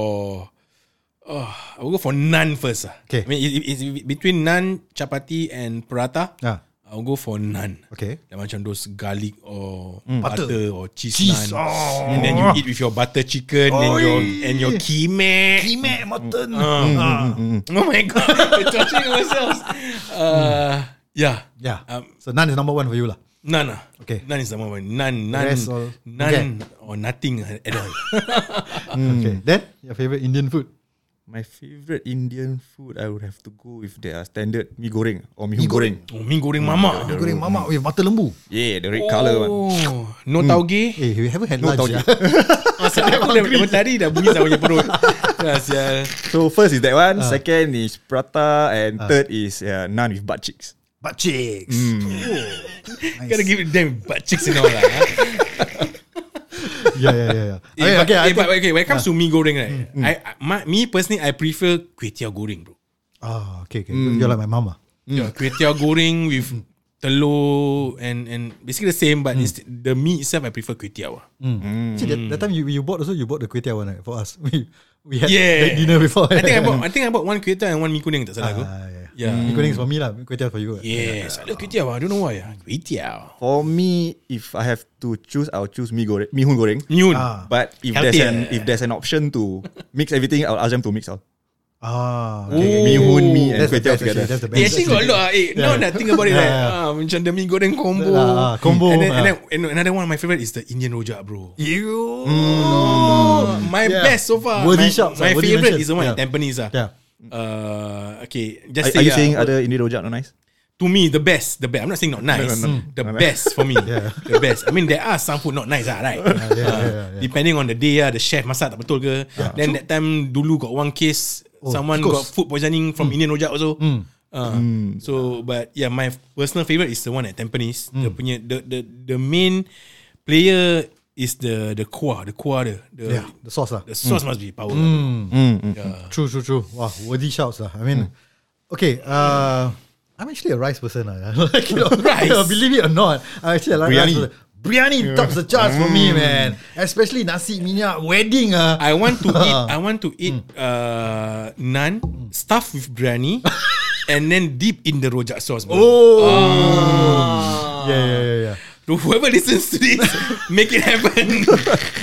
Speaker 2: Oh, I would go for naan first. ah.
Speaker 1: Okay.
Speaker 2: I mean, it, it- it's between naan, chapati, and prata.
Speaker 1: ah,
Speaker 2: I'll go for naan.
Speaker 1: okay.
Speaker 2: Like macam those garlic or
Speaker 1: Hmm. Butter.
Speaker 2: butter. or cheese,
Speaker 1: Cheese. Oh.
Speaker 2: naan. And then you eat with your butter chicken and your and your kimek. Ah.
Speaker 1: Kimek mutton. Ah.
Speaker 2: Oh my god, we're torturing ourselves. Uh, yeah.
Speaker 1: Yeah.
Speaker 2: Um,
Speaker 1: so none is number one for you lah.
Speaker 2: None. ah.
Speaker 1: Okay.
Speaker 2: None is the number one. None. None.
Speaker 1: Rest all-
Speaker 2: None or nothing at all.
Speaker 1: Okay. Then your favorite Indian food?
Speaker 3: My favorite Indian food, I would have to go with their standard mi goreng or mi goreng.
Speaker 2: oh, mi goreng mama.
Speaker 1: Goreng mamak with mata lembu.
Speaker 3: Yeah, the red colour one.
Speaker 2: Oh, no tauge.
Speaker 1: Eh, you haven't had lunch.
Speaker 3: tauge.
Speaker 1: yeah? Ah,
Speaker 2: Masa aku dah dah tadi dah bunyi sama punya perut. Ya, sial.
Speaker 3: So first is that one,
Speaker 2: Ah.
Speaker 3: second is prata, and third is uh, naan with butt cheeks.
Speaker 1: Butt cheeks.
Speaker 2: Gotta give it them butt chicks and all lah. huh?
Speaker 1: Yeah, yeah, yeah. yeah.
Speaker 2: Eh,
Speaker 1: okay,
Speaker 2: but,
Speaker 1: okay, I
Speaker 2: eh, but,
Speaker 1: think- Mm,
Speaker 2: okay, when it comes to mi goreng, right? I, I- my, me personally, I prefer kway teow goreng, bro.
Speaker 1: Oh, okay, okay. You're like my mama.
Speaker 2: Yeah, kway teow goreng with
Speaker 1: Mm.
Speaker 2: telur and and basically the same, but inst- the meat itself, I prefer kway teow. ah.
Speaker 1: Hmm. See, that, that time you, you bought also, you bought the kway teow one right, for us. We, we had
Speaker 2: Yeah.
Speaker 1: that dinner before.
Speaker 2: I think I bought, I think I bought one kway teow and one mi kuning, tak salah aku.
Speaker 1: Ah, yeah.
Speaker 2: Yeah.
Speaker 1: Mee goreng is for me lah. Kway teow for you. right?
Speaker 2: Yes, I love kway teow. ah. I don't know why. ah. Kway teow.
Speaker 3: For me, if I have to choose, I'll choose mi goreng, mi hun goreng.
Speaker 2: Nyun.
Speaker 1: Ah,
Speaker 3: But if there's an
Speaker 2: Healthier.
Speaker 3: if there's an option to mix everything, I'll ask them to mix all.
Speaker 1: Ah,
Speaker 2: Oh.
Speaker 1: okay. eh.
Speaker 3: Mi hun, mi and
Speaker 1: That's, the
Speaker 3: kway teow
Speaker 1: best,
Speaker 3: together.
Speaker 1: actually, that's the best.
Speaker 2: They actually got a lot. ah. Eh, now that I think about it,
Speaker 1: Yeah,
Speaker 2: right?
Speaker 1: yeah.
Speaker 2: ah, Macam the mi goreng combo.
Speaker 1: Ah, ah, combo,
Speaker 2: And then, and
Speaker 1: ah.
Speaker 2: then and another one of my favorite is the Indian rojak, bro.
Speaker 1: You.
Speaker 2: Oh, my
Speaker 1: Mm. Yeah.
Speaker 2: best so far.
Speaker 1: Worthy
Speaker 2: my,
Speaker 1: shops,
Speaker 2: My
Speaker 1: ah, worthy
Speaker 2: favorite
Speaker 1: mentions.
Speaker 2: is the one in
Speaker 1: Yeah.
Speaker 2: Tampines. ah.
Speaker 1: Yeah.
Speaker 2: Uh, okay,
Speaker 3: Are,
Speaker 2: just
Speaker 3: are
Speaker 2: say, ah,
Speaker 3: you saying other Indian rojak not nice?
Speaker 2: to me the best, the best. I'm not saying not nice. Mm.
Speaker 3: no, no.
Speaker 2: The
Speaker 3: No, no.
Speaker 2: best for me,
Speaker 1: Yeah.
Speaker 2: the best. I mean, there are some food not nice, ah, right?
Speaker 1: yeah,
Speaker 2: Ah,
Speaker 1: yeah, yeah.
Speaker 2: Depending on the day, ah, the chef masak tak betul ke. Then that time dulu got one case,
Speaker 1: Oh,
Speaker 2: someone
Speaker 1: of
Speaker 2: got
Speaker 1: course. Mm.
Speaker 2: food poisoning from Indian rojak also. Ah, So, but yeah, my personal favorite is the one at Tampines. The
Speaker 1: Mm.
Speaker 2: punya the the the main player is the the kuah, the kuah the the,
Speaker 1: Yeah. Mm. The sauce lah.
Speaker 2: the sauce must be power.
Speaker 1: True, true, true. Wow, worthy shouts lah. I mean,
Speaker 2: Hmm.
Speaker 1: okay. Uh, I'm actually a rice person lah. like, you know,
Speaker 2: Rice.
Speaker 1: believe it or not, I'm actually a like rice
Speaker 3: Biryani.
Speaker 1: person. Biryani tops the charts for me, man. Especially nasi minyak wedding ah.
Speaker 2: Mm. I want to eat I want to eat
Speaker 1: Hmm.
Speaker 2: uh, naan stuffed with biryani and then deep in the rojak sauce. Bro.
Speaker 1: Oh.
Speaker 2: Ah.
Speaker 1: Yeah, yeah, yeah, yeah.
Speaker 2: Whoever listens to this, make it happen.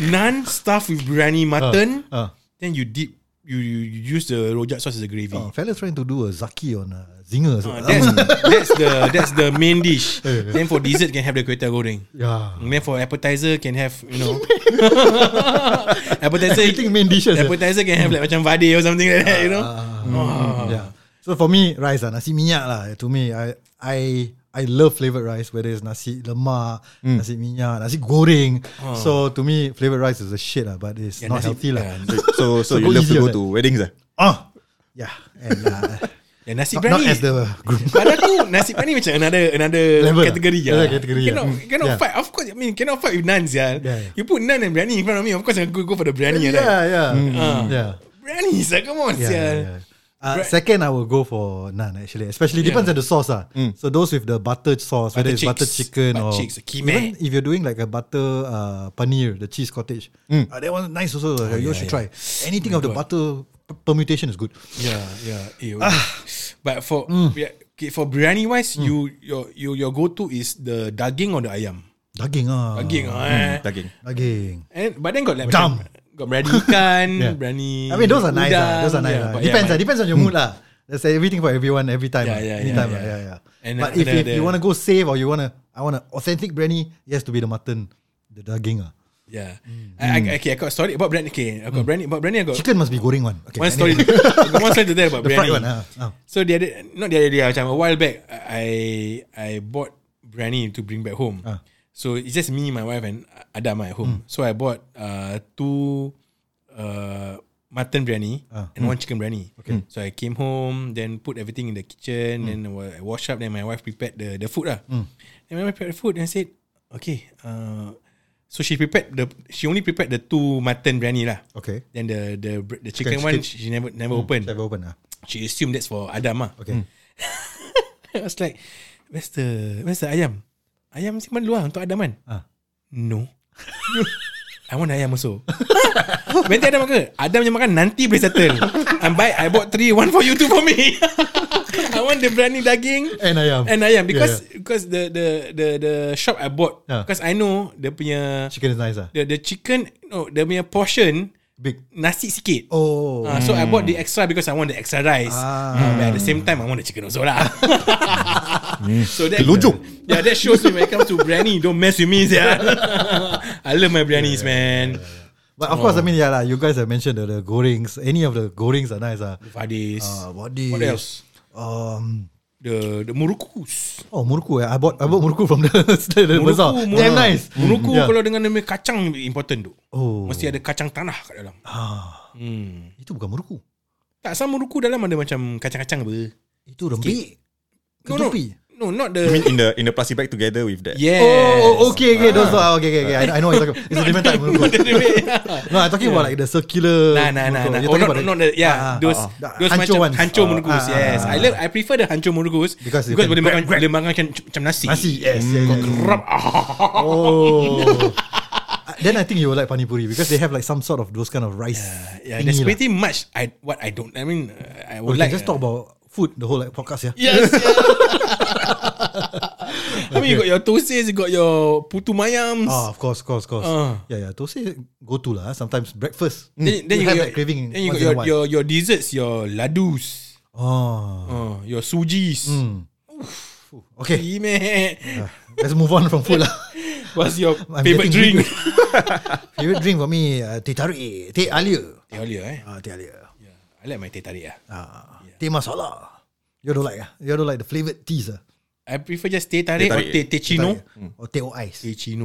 Speaker 2: naan stuffed with biryani mutton,
Speaker 1: Uh,
Speaker 2: then you dip you, you you use the rojak sauce as a gravy.
Speaker 1: uh, fella's trying to do a zaki on a zinger. So,
Speaker 2: Uh, that's, that's the that's the main dish. Then for dessert can have the kway teow goreng.
Speaker 1: yeah.
Speaker 2: And then for appetizer can have you know appetizer
Speaker 1: Everything main dishes. eh. Yeah.
Speaker 2: appetizer can have like macam vade or something like that you know.
Speaker 1: Ah.
Speaker 2: Ah.
Speaker 1: yeah. So for me, rice lah, nasi minyak lah. To me, I I I love flavored rice, whether it's nasi lemak,
Speaker 2: Hmm.
Speaker 1: nasi minyak, nasi goreng. So to me, flavored rice is a shit lah, but it's
Speaker 2: Oh. Yeah,
Speaker 1: not
Speaker 2: nasi-
Speaker 1: healthy lah.
Speaker 2: yeah.
Speaker 3: So
Speaker 1: So
Speaker 3: so, you
Speaker 1: go
Speaker 3: love to
Speaker 1: easy
Speaker 3: go
Speaker 1: on that.
Speaker 3: to weddings ah?
Speaker 1: Ah, yeah, and uh,
Speaker 2: Yeah,
Speaker 1: not,
Speaker 2: nasi
Speaker 1: not
Speaker 2: biryani.
Speaker 1: as the group.
Speaker 2: Pada aku nasi biryani macam another another
Speaker 1: Level
Speaker 2: Level
Speaker 1: lah.
Speaker 2: category lah.
Speaker 1: Another category,
Speaker 2: Cannot,
Speaker 1: yeah. Mm.
Speaker 2: cannot
Speaker 1: Yeah.
Speaker 2: fight. Of course, I mean cannot fight with naan yeah.
Speaker 1: Yeah, yeah.
Speaker 2: You put naan and biryani in front of me, of course I go go for the biryani.
Speaker 1: yeah,
Speaker 2: Yeah. Hmm. Ah. Right?
Speaker 1: yeah, yeah.
Speaker 2: Biryani, sia, come on,
Speaker 1: Yeah,
Speaker 2: yeah,
Speaker 1: yeah, yeah. Uh, second, I will go for naan actually, especially
Speaker 2: Yeah. Mm.
Speaker 1: depends on the sauce ah. So those with the butter sauce, whether it's
Speaker 2: Butter
Speaker 1: butter
Speaker 2: cheeks,
Speaker 1: chicken
Speaker 2: butter
Speaker 1: or
Speaker 2: cheeks, kimek.
Speaker 1: even if you're doing like a butter uh, paneer, the cheese cottage, uh, that one's nice also. uh, you
Speaker 2: Mm. Ah, yeah,
Speaker 1: should try. Anything of the butter p- permutation is good.
Speaker 2: Yeah, yeah. Eh,
Speaker 1: Ah.
Speaker 2: But for
Speaker 1: Mm.
Speaker 2: yeah, okay, for biryani wise, you your you your go to is the daging or the ayam.
Speaker 1: Daging ah,
Speaker 2: Daging, ah. eh.
Speaker 3: Daging.
Speaker 1: daging.
Speaker 2: And but then got like
Speaker 1: Dam.
Speaker 2: macam- got biryani ikan,
Speaker 1: Yeah.
Speaker 2: biryani.
Speaker 1: I mean, those are nice ah.
Speaker 2: udang,
Speaker 1: Those are nice
Speaker 2: yeah,
Speaker 1: ah.
Speaker 2: but
Speaker 1: Depends
Speaker 2: yeah,
Speaker 1: ah. Depends on your mood lah. There's everything for everyone, every time.
Speaker 2: Yeah,
Speaker 1: ah,
Speaker 2: yeah, yeah,
Speaker 1: anytime
Speaker 2: yeah.
Speaker 1: ah, yeah, yeah.
Speaker 2: And
Speaker 1: but if,
Speaker 2: the-
Speaker 1: if
Speaker 2: the-
Speaker 1: you
Speaker 2: the-
Speaker 1: want to go save or you want to, I want an authentic biryani, it has to be the mutton, the daging ah.
Speaker 2: Yeah. I, I, okay, I got story about biryani. Okay, I
Speaker 1: Mm.
Speaker 2: got biryani. About biryani, I got
Speaker 1: Chicken must be goreng one. Okay,
Speaker 2: one
Speaker 1: anyway.
Speaker 2: story. I got one story to tell about
Speaker 1: The fried
Speaker 2: biryani.
Speaker 1: one. ah, ah.
Speaker 2: So the other, not the other day, macam a while back, I I bought biryani to bring back home.
Speaker 1: Ah. Hmm.
Speaker 2: So it's just me, my wife, and Adam at home. So I bought uh, two uh, mutton biryani
Speaker 1: Ah.
Speaker 2: and one chicken biryani. Okay. So I came home, then put everything in
Speaker 1: Hmm.
Speaker 2: the kitchen, then wa- I wash up, then my wife prepared the, the food. lah. Then my wife prepared the food and I said, okay, uh, so she prepared the she only prepared the two mutton biryani lah.
Speaker 1: Okay.
Speaker 2: Then the the br- the chicken
Speaker 1: Chicken,
Speaker 2: one
Speaker 1: chicken.
Speaker 2: she never never open.
Speaker 1: Never open ah.
Speaker 2: She assumed that's for Adam ah.
Speaker 1: Okay.
Speaker 2: I was like, where's the where's the ayam? Ayam simpan luar untuk Adam kan?
Speaker 1: Ah.
Speaker 2: No. I want ayam also. Nanti Adam makan. Adam yang makan nanti boleh settle. I buy, I bought three, one for you, two for me. I want the biryani daging
Speaker 1: And ayam.
Speaker 2: and ayam because
Speaker 1: Yeah, yeah.
Speaker 2: because the the the the shop I bought
Speaker 1: Ah.
Speaker 2: because I know dia punya
Speaker 1: chicken is nice ah.
Speaker 2: the the chicken no dia punya portion
Speaker 1: Big.
Speaker 2: nasi sikit.
Speaker 1: Oh.
Speaker 2: Ah, so I bought the extra because I want the extra rice. Ah. but at the same time, I want the chicken also lah. so that
Speaker 3: Telunjuk.
Speaker 2: Yeah, that shows me when it comes to biryani, don't mess with me, yeah. I love my biryanis, man.
Speaker 1: But of course, I mean, yeah, lah. You guys have mentioned the, the gorings. Any of the gorings are nice ah.
Speaker 2: Vadis.
Speaker 1: Uh, what, this?
Speaker 2: what else?
Speaker 1: Um.
Speaker 2: The the murukus.
Speaker 1: Oh, murku. Eh. I bought I bought murku from the, the, the bazaar.
Speaker 2: Muruku, Mm-hmm.
Speaker 1: Damn nice. Hmm,
Speaker 2: Muruku
Speaker 1: Yeah.
Speaker 2: kalau dengan dia punya kacang important tu.
Speaker 1: Oh.
Speaker 2: Mesti ada kacang tanah kat dalam.
Speaker 1: Ah,
Speaker 2: Hmm.
Speaker 1: itu bukan murku.
Speaker 2: Tak sama muruku dalam ada macam kacang-kacang apa.
Speaker 1: Itu rempik.
Speaker 2: No, no.
Speaker 1: Ketupi.
Speaker 2: No, not
Speaker 3: I
Speaker 2: the
Speaker 3: mean in the in the plastic bag together with that.
Speaker 2: Yes. Ah.
Speaker 1: Oh, okay, okay, those are okay, okay, okay. I, I know what you're talking. It's a different type. of
Speaker 2: Not
Speaker 1: murku.
Speaker 2: the way.
Speaker 1: No, I'm talking about like the circular.
Speaker 2: Nah, nah, nah,
Speaker 1: murku.
Speaker 2: nah.
Speaker 1: You're
Speaker 2: Oh,
Speaker 1: talking
Speaker 2: not,
Speaker 1: about
Speaker 2: not the,
Speaker 1: Ah, ah,
Speaker 2: yeah, those,
Speaker 1: ah, ah.
Speaker 2: those
Speaker 1: Hancur
Speaker 2: hancur
Speaker 1: ones.
Speaker 2: macam hancur
Speaker 1: Ah,
Speaker 2: murugus,
Speaker 1: ah,
Speaker 2: yes.
Speaker 1: ah,
Speaker 2: I love, I prefer the hancur murugus
Speaker 1: Because you
Speaker 2: because
Speaker 1: can
Speaker 2: boleh
Speaker 1: grab,
Speaker 2: makan, boleh makan macam, macam nasi.
Speaker 1: Nasi, yes, yeah, yeah, yeah.
Speaker 2: Kerap, ah.
Speaker 1: Hmm. Oh. Uh, then I think you will like pani puri because they have like some sort of those kind of rice.
Speaker 2: Yeah,
Speaker 1: thingy
Speaker 2: that's
Speaker 1: lah.
Speaker 2: pretty much I, what I don't, I mean, uh, I
Speaker 1: We
Speaker 2: would
Speaker 1: can
Speaker 2: like.
Speaker 1: just talk about food the whole like podcast, yeah.
Speaker 2: Yes, yeah. I mean, you got your tosis, you got your putu mayams.
Speaker 1: Ah, of course, of course, of course.
Speaker 2: Ah.
Speaker 1: Yeah, yeah. Thosai go to lah. Sometimes breakfast.
Speaker 2: Then, then you,
Speaker 1: have
Speaker 2: got
Speaker 1: that craving.
Speaker 2: Then you
Speaker 1: once
Speaker 2: got
Speaker 1: in a
Speaker 2: your,
Speaker 1: while.
Speaker 2: your, your desserts, your ladus,
Speaker 1: Oh.
Speaker 2: uh, your sujis.
Speaker 1: Mm. Okay.
Speaker 2: Eh, man.
Speaker 1: Let's move on from food lah.
Speaker 2: What's your
Speaker 1: Ah. I'm
Speaker 2: favorite
Speaker 1: getting
Speaker 2: drink?
Speaker 1: Favorite drink for me, uh, teh tarik, teh alia.
Speaker 2: Teh halia, eh.
Speaker 1: Ah, teh alia.
Speaker 2: I like my teh tarik ah.
Speaker 1: Ah, teh masala. You don't like ah. You don't like the flavored teas ah.
Speaker 2: I prefer just teh tarik,
Speaker 3: Teh
Speaker 2: or
Speaker 3: tarik.
Speaker 2: teh, teh chino.
Speaker 1: Or teh o ice.
Speaker 2: Teh chino.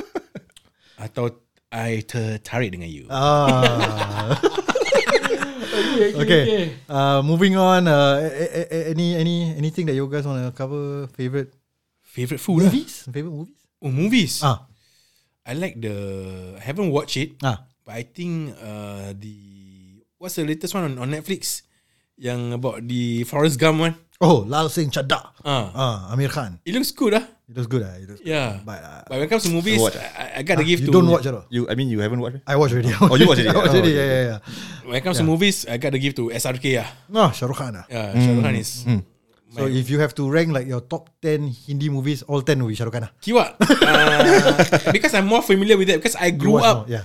Speaker 2: Atau I ter tarik dengan you.
Speaker 1: Ah. okay. Uh, moving on. Uh, a- a- a- any any anything that you guys want to cover? Favorite
Speaker 2: Favorite food lah.
Speaker 1: movies? Favorite movies?
Speaker 2: Oh, movies.
Speaker 1: Ah.
Speaker 2: I like the I haven't watched it,
Speaker 1: Ah.
Speaker 2: but I think uh the what's the latest one on, on Netflix yang about the Forrest Gump one.
Speaker 1: Oh, Lal Singh Chadda.
Speaker 2: Ah,
Speaker 1: Ah, Amir Khan.
Speaker 2: it looks good ah.
Speaker 1: It was good. Ah, it was good.
Speaker 2: Yeah.
Speaker 1: But, uh,
Speaker 2: But when it comes to movies,
Speaker 3: Watch.
Speaker 2: I, I gotta give
Speaker 1: you
Speaker 2: to
Speaker 1: don't watch at all.
Speaker 3: You I mean you haven't watched? it?
Speaker 1: I watch already.
Speaker 3: Oh, you watch
Speaker 1: I
Speaker 3: already?
Speaker 1: watch
Speaker 3: Oh,
Speaker 1: already.
Speaker 3: okay,
Speaker 1: Yeah, yeah, yeah.
Speaker 2: when it comes to movies, I gotta give to SRK ah.
Speaker 1: No, Shah Rukh Khan. ah.
Speaker 2: Yeah, Shah Rukh Khan is
Speaker 1: mm. So if you have to rank like your top 10 Hindi movies, all 10 will be Shah Rukh Khan. ah.
Speaker 2: Kiwak. Uh, because I'm more familiar with that because I
Speaker 1: You
Speaker 2: grew
Speaker 1: watch
Speaker 2: up
Speaker 1: now, Yeah.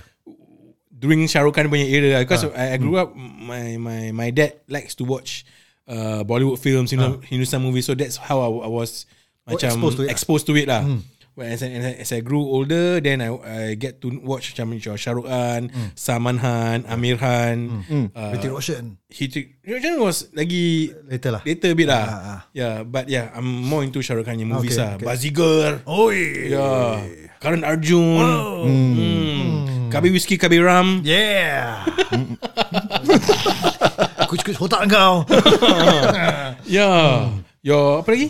Speaker 2: during Shah Rukh Khan punya era lah.
Speaker 1: Ah.
Speaker 2: because I, I grew up my my my dad likes to watch uh, Bollywood films, you know, Hindustan movies. So that's how I, I was
Speaker 1: Ah.
Speaker 2: macam
Speaker 1: exposed
Speaker 2: exposed
Speaker 1: to
Speaker 2: to
Speaker 1: it
Speaker 2: it,
Speaker 1: lah.
Speaker 2: lah. But as I, as I- as I grew older, then I I get to watch macam macam Shah Rukh Khan,
Speaker 1: Hmm.
Speaker 2: Salman Khan, Amir Khan, uh,
Speaker 1: Hrithik Roshan.
Speaker 2: Hiti. Roshan was lagi
Speaker 1: Later lah.
Speaker 2: later a bit lah.
Speaker 1: Ah, ah.
Speaker 2: Yeah, but yeah, I'm more into Shah Rukh Khan punya movies
Speaker 1: Okay, Oh.
Speaker 2: lah.
Speaker 1: okay.
Speaker 2: Bazigar.
Speaker 1: Oi.
Speaker 2: Yeah. Karan Arjun.
Speaker 1: Oh.
Speaker 2: Mm.
Speaker 1: Hmm.
Speaker 2: Kabi Whiskey, Kabi Ram.
Speaker 1: Yeah. Kuch-kuch otak kau.
Speaker 2: Yeah. Ya. Your apa lagi?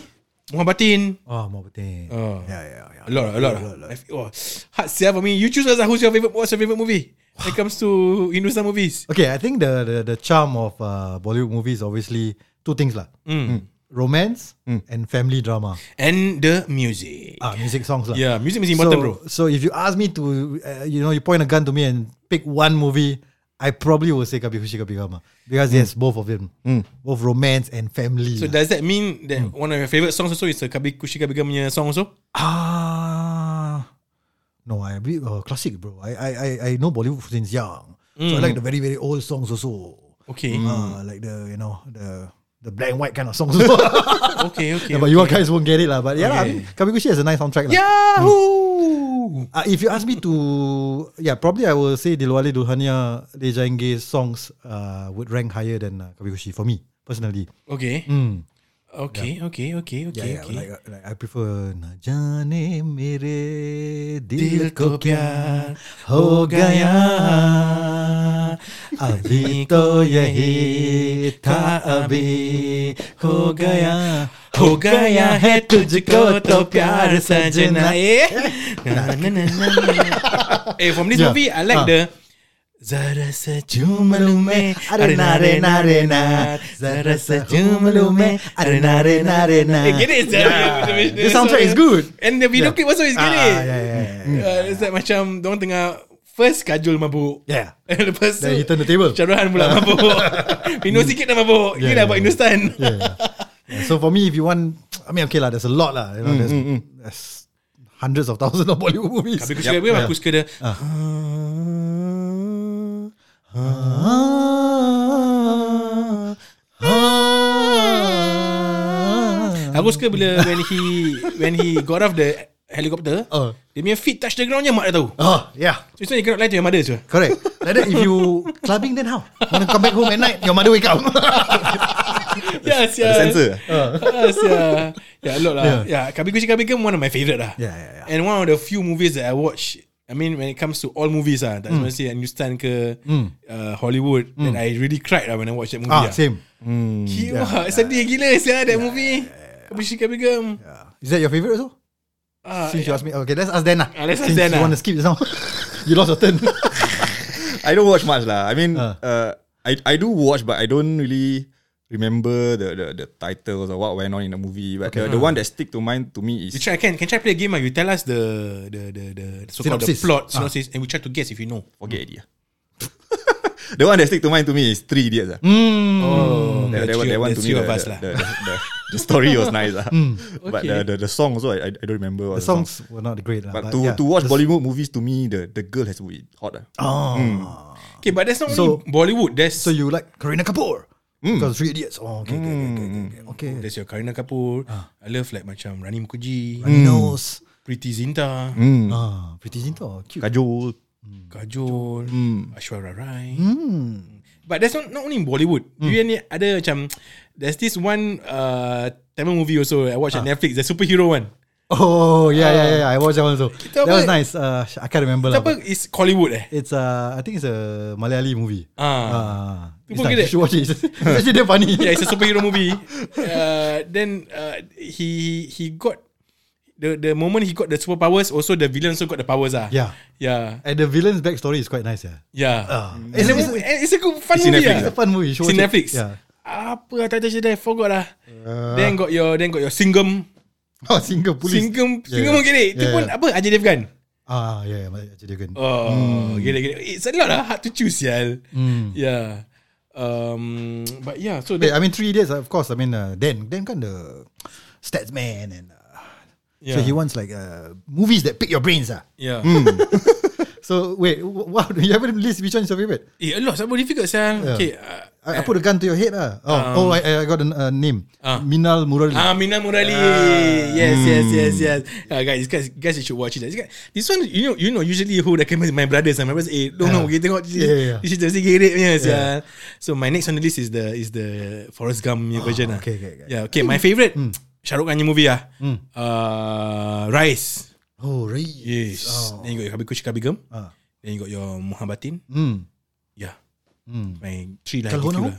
Speaker 2: Muhabbatin.
Speaker 1: Oh, mau betul.
Speaker 2: Oh.
Speaker 1: Yeah, yeah, yeah.
Speaker 2: A lot, a lot. I feel- Oh, hard sell for me. You choose Azhar, who's your favorite, what's your favorite movie? When it comes to Hindustan movies.
Speaker 1: Okay, I think the the, the charm of uh, Bollywood movies obviously two things lah.
Speaker 2: Mm.
Speaker 1: Romance and family drama.
Speaker 2: And the music.
Speaker 1: Ah, music songs lah.
Speaker 2: Yeah, music
Speaker 1: So,
Speaker 2: is important, bro.
Speaker 1: so if you ask me to, uh, you know, you point a gun to me and pick one movie, I probably will say Kabhi Khushi Kabhi Gama because yes, both of them, both romance and family.
Speaker 2: Mm. So
Speaker 1: lah.
Speaker 2: does that mean that one of your favorite songs also is the Kabi Kushi Kabi Gam punya song also?
Speaker 1: ah, no, I a bit uh, classic, bro. I I I, I know Bollywood since young, so I like the very very old songs also.
Speaker 2: Okay.
Speaker 1: Uh, like the you know the the black and white kind of songs. also.
Speaker 2: Okay, okay.
Speaker 1: Yeah, but you all guys won't get it, lah. But yeah, lah, I mean,
Speaker 2: Okay.
Speaker 1: Kabikushi has a nice soundtrack. lah.
Speaker 2: Yahoo!
Speaker 1: Uh, if you ask me to, yeah, probably I will say Dilwale Dulhania Le Jayenge's songs uh, would rank higher than uh, Kabikushi for me personally.
Speaker 2: Okay.
Speaker 1: Mm.
Speaker 2: Okay, okay, okay, okay,
Speaker 1: Yeah, yeah,
Speaker 2: okay.
Speaker 1: Like, uh, like I prefer Na Jaane Mere
Speaker 2: दिल
Speaker 1: Dil
Speaker 2: को
Speaker 1: Ko
Speaker 2: प्यार
Speaker 1: Kya
Speaker 2: हो
Speaker 1: Ho
Speaker 2: गया
Speaker 1: Gaya.
Speaker 2: अभी
Speaker 1: अभी तो यही था अभी हो गया हो
Speaker 2: हो गया है तुझको तो प्यार सजना ए ना ना ना ना ना। Eh, from this
Speaker 1: Yeah.
Speaker 2: movie I like
Speaker 1: Ah.
Speaker 2: the जरा सा झूम लूं मैं
Speaker 1: अरे ना रे ना रे ना
Speaker 2: जरा सा झूम लूं मैं
Speaker 1: अरे ना रे ना रे ना
Speaker 2: Eh, get it yeah.
Speaker 1: The Ya. soundtrack is good.
Speaker 2: And the video
Speaker 1: Yeah.
Speaker 2: clip also is
Speaker 1: Ah,
Speaker 2: get it
Speaker 1: yeah, yeah, yeah,
Speaker 2: Uh, It's like macam Diorang tengah First kajul mabuk
Speaker 1: Yeah.
Speaker 2: Lepas tu
Speaker 1: Ya. Then he turn the table. Ya,
Speaker 2: Syarahan pula mabuk Minum sikit dah mabuk Ini
Speaker 1: Yeah,
Speaker 2: dah
Speaker 1: yeah,
Speaker 2: buat
Speaker 1: yeah.
Speaker 2: Hindustan
Speaker 1: Yeah, yeah. Yeah, So for me, if you want, I mean, okay lah, there's a lot lah. You know, there's, there's hundreds of thousands of Bollywood movies. Ah.
Speaker 2: Habis aku suka yep. Aku suka dia
Speaker 1: Ya. Ah, ah,
Speaker 2: Aku suka bila When he When he got off the Helicopter
Speaker 1: Oh.
Speaker 2: Dia punya feet touch the ground je Mak dah tahu
Speaker 1: Oh yeah,
Speaker 2: So it's not you cannot lie to your mother so.
Speaker 1: correct. Like that, if you clubbing, then how? Wanna come back home at night, your mother wake up.
Speaker 2: Yes
Speaker 3: The
Speaker 2: yes
Speaker 3: sensor.
Speaker 2: yes, yeah. yeah, a lot lah.
Speaker 1: Yeah.
Speaker 2: Yeah, Kabi Kushi Kabi one of my favorite lah.
Speaker 1: Yeah, yeah, yeah.
Speaker 2: And one of the few movies that I watch. I mean, when it comes to all movies ah, tak mm. say Hindustan ke uh, Hollywood, that I really cried lah when I watched that movie.
Speaker 1: Mm. ah,
Speaker 2: lah.
Speaker 1: same.
Speaker 2: Gila, sedih gila sia that movie. Kabi Kushi Kabi
Speaker 1: Yeah. Is that your favorite also?
Speaker 2: Ah,
Speaker 1: Since you asked me, okay, let's ask Dan lah.
Speaker 2: Ah, let's ask
Speaker 1: Since
Speaker 2: Dan
Speaker 1: you
Speaker 2: lah.
Speaker 1: want to skip this now, you lost your turn.
Speaker 3: I don't watch much lah. I mean,
Speaker 1: Ah.
Speaker 3: uh. I I do watch, but I don't really remember the the, the titles or what went on in the movie. But the, the one that stick to mind to
Speaker 2: You
Speaker 3: me is
Speaker 2: try can can try play a game ah. You tell us the the the the so called the
Speaker 1: Synopsis.
Speaker 2: plot
Speaker 1: Ah.
Speaker 2: synopsis, and we try to guess if you know.
Speaker 3: forget it. yeah. the one that stick to mind to me is Three Idiots. ah.
Speaker 2: Oh,
Speaker 1: Hmm.
Speaker 3: That, that, one- that one to me,
Speaker 2: few of
Speaker 3: the,
Speaker 2: us
Speaker 3: the,
Speaker 2: lah.
Speaker 3: the, the, the, the story was nice. ah. But
Speaker 2: Okay.
Speaker 3: the, the, the song also, I, I I don't remember. what
Speaker 1: the songs were not great lah.
Speaker 3: But,
Speaker 1: But,
Speaker 3: to,
Speaker 1: yeah,
Speaker 3: to watch
Speaker 1: the-
Speaker 3: Bollywood movies, to me, the, the girl has to be hot. ah.
Speaker 1: Oh.
Speaker 2: Okay, but that's not
Speaker 1: So-
Speaker 2: only Bollywood. That's
Speaker 1: So you like Karina Kapoor? Because Three Idiots. Oh, okay, okay, okay, okay, okay. okay.
Speaker 2: There's your Karina Kapoor.
Speaker 1: Ah.
Speaker 2: I love like macam Rani Mukerji,
Speaker 1: Runny nose.
Speaker 2: Pretty Zinta,
Speaker 1: Ah, pretty Zinta, cute.
Speaker 3: Kajol.
Speaker 2: Kajol,
Speaker 1: Mm.
Speaker 2: Ashwara Rai. But that's not not only in Bollywood. Do
Speaker 1: Mm.
Speaker 2: you any other macam there's this one uh, Tamil movie also I watch on
Speaker 1: Ah.
Speaker 2: Netflix, the superhero one.
Speaker 1: Oh yeah, yeah, yeah. I watched that one also. That was
Speaker 2: apa-
Speaker 1: nice. Uh, sh- I can't remember lah.
Speaker 2: It's apa is Hollywood eh?
Speaker 1: but It's uh, I think it's a Malayali movie. Ah, it's
Speaker 2: People
Speaker 1: nice.
Speaker 2: get
Speaker 1: You
Speaker 2: it.
Speaker 1: should watch it. It's it's actually damn funny.
Speaker 2: Yeah, it's a superhero movie. Uh, then uh, he he got the the moment he got the superpowers, also the villain also got the powers ah.
Speaker 1: Yeah.
Speaker 2: yeah,
Speaker 1: And the villain's backstory is quite nice. Yeah.
Speaker 2: yeah.
Speaker 1: Ah,
Speaker 2: It's, a, it's, a, it's a good fun
Speaker 3: It's in
Speaker 2: movie.
Speaker 3: Netflix,
Speaker 2: ah.
Speaker 1: It's a fun movie. You should
Speaker 2: It's in
Speaker 1: watch it.
Speaker 2: Netflix.
Speaker 1: Yeah.
Speaker 2: Apa title dia? I forgot lah. then got your then got your Singham.
Speaker 1: Oh, single police.
Speaker 2: Singham
Speaker 1: Yeah,
Speaker 2: Singham
Speaker 1: yeah.
Speaker 2: mungkin ni. Tu
Speaker 1: Yeah,
Speaker 2: pun
Speaker 1: yeah.
Speaker 2: apa Haji Devgan.
Speaker 1: Ah, yeah, yeah. Jadi kan.
Speaker 2: Oh, gila gila. It's a lot lah hard to choose sial.
Speaker 1: Hmm.
Speaker 2: Yeah. Um but yeah, so
Speaker 1: Wait, I
Speaker 2: that,
Speaker 1: mean three idiots. Of course, I mean uh, Dan. Dan kan the stats man and. Uh,
Speaker 2: yeah.
Speaker 1: So he wants like uh, movies that pick your brains. Ah.
Speaker 2: yeah.
Speaker 1: So wait, wh- what you haven't list which one is your favorite?
Speaker 2: Eh, a lot sama difficult sial.
Speaker 1: Yeah.
Speaker 2: Okay. Uh,
Speaker 1: I, I put a gun to your head. Ah. Oh, oh I, I got a uh, name.
Speaker 2: Ah.
Speaker 1: Minal Murali.
Speaker 2: Um, Ah, Mina Murali.
Speaker 1: Ah.
Speaker 2: yes, yes, yes,
Speaker 1: Hmm.
Speaker 2: yes. Uh, guys, guys, guys, you should watch it. This guy- This one, you know, you know, usually who recommends my brothers and my brothers. Eh, don't know. Kita tengok
Speaker 1: Ah. Yeah, yeah, yeah.
Speaker 2: this is the gerek punya yeah. So my next on the list is the is the Forrest Gump punya version
Speaker 1: Ah,
Speaker 2: lah.
Speaker 1: okay, okay, Hmm. okay.
Speaker 2: Yeah, okay. My favorite Shah Rukh Khan punya movie ah. Uh, Rise.
Speaker 1: Oh, right.
Speaker 2: Yes.
Speaker 1: Oh.
Speaker 2: Then you got your Kabikush Kabigam.
Speaker 1: Ah.
Speaker 2: Then you got your Muhammadin.
Speaker 1: Mm.
Speaker 2: Yeah.
Speaker 1: Mm.
Speaker 2: My three lah.
Speaker 1: Kalau
Speaker 2: gitu
Speaker 1: nak.
Speaker 2: lah.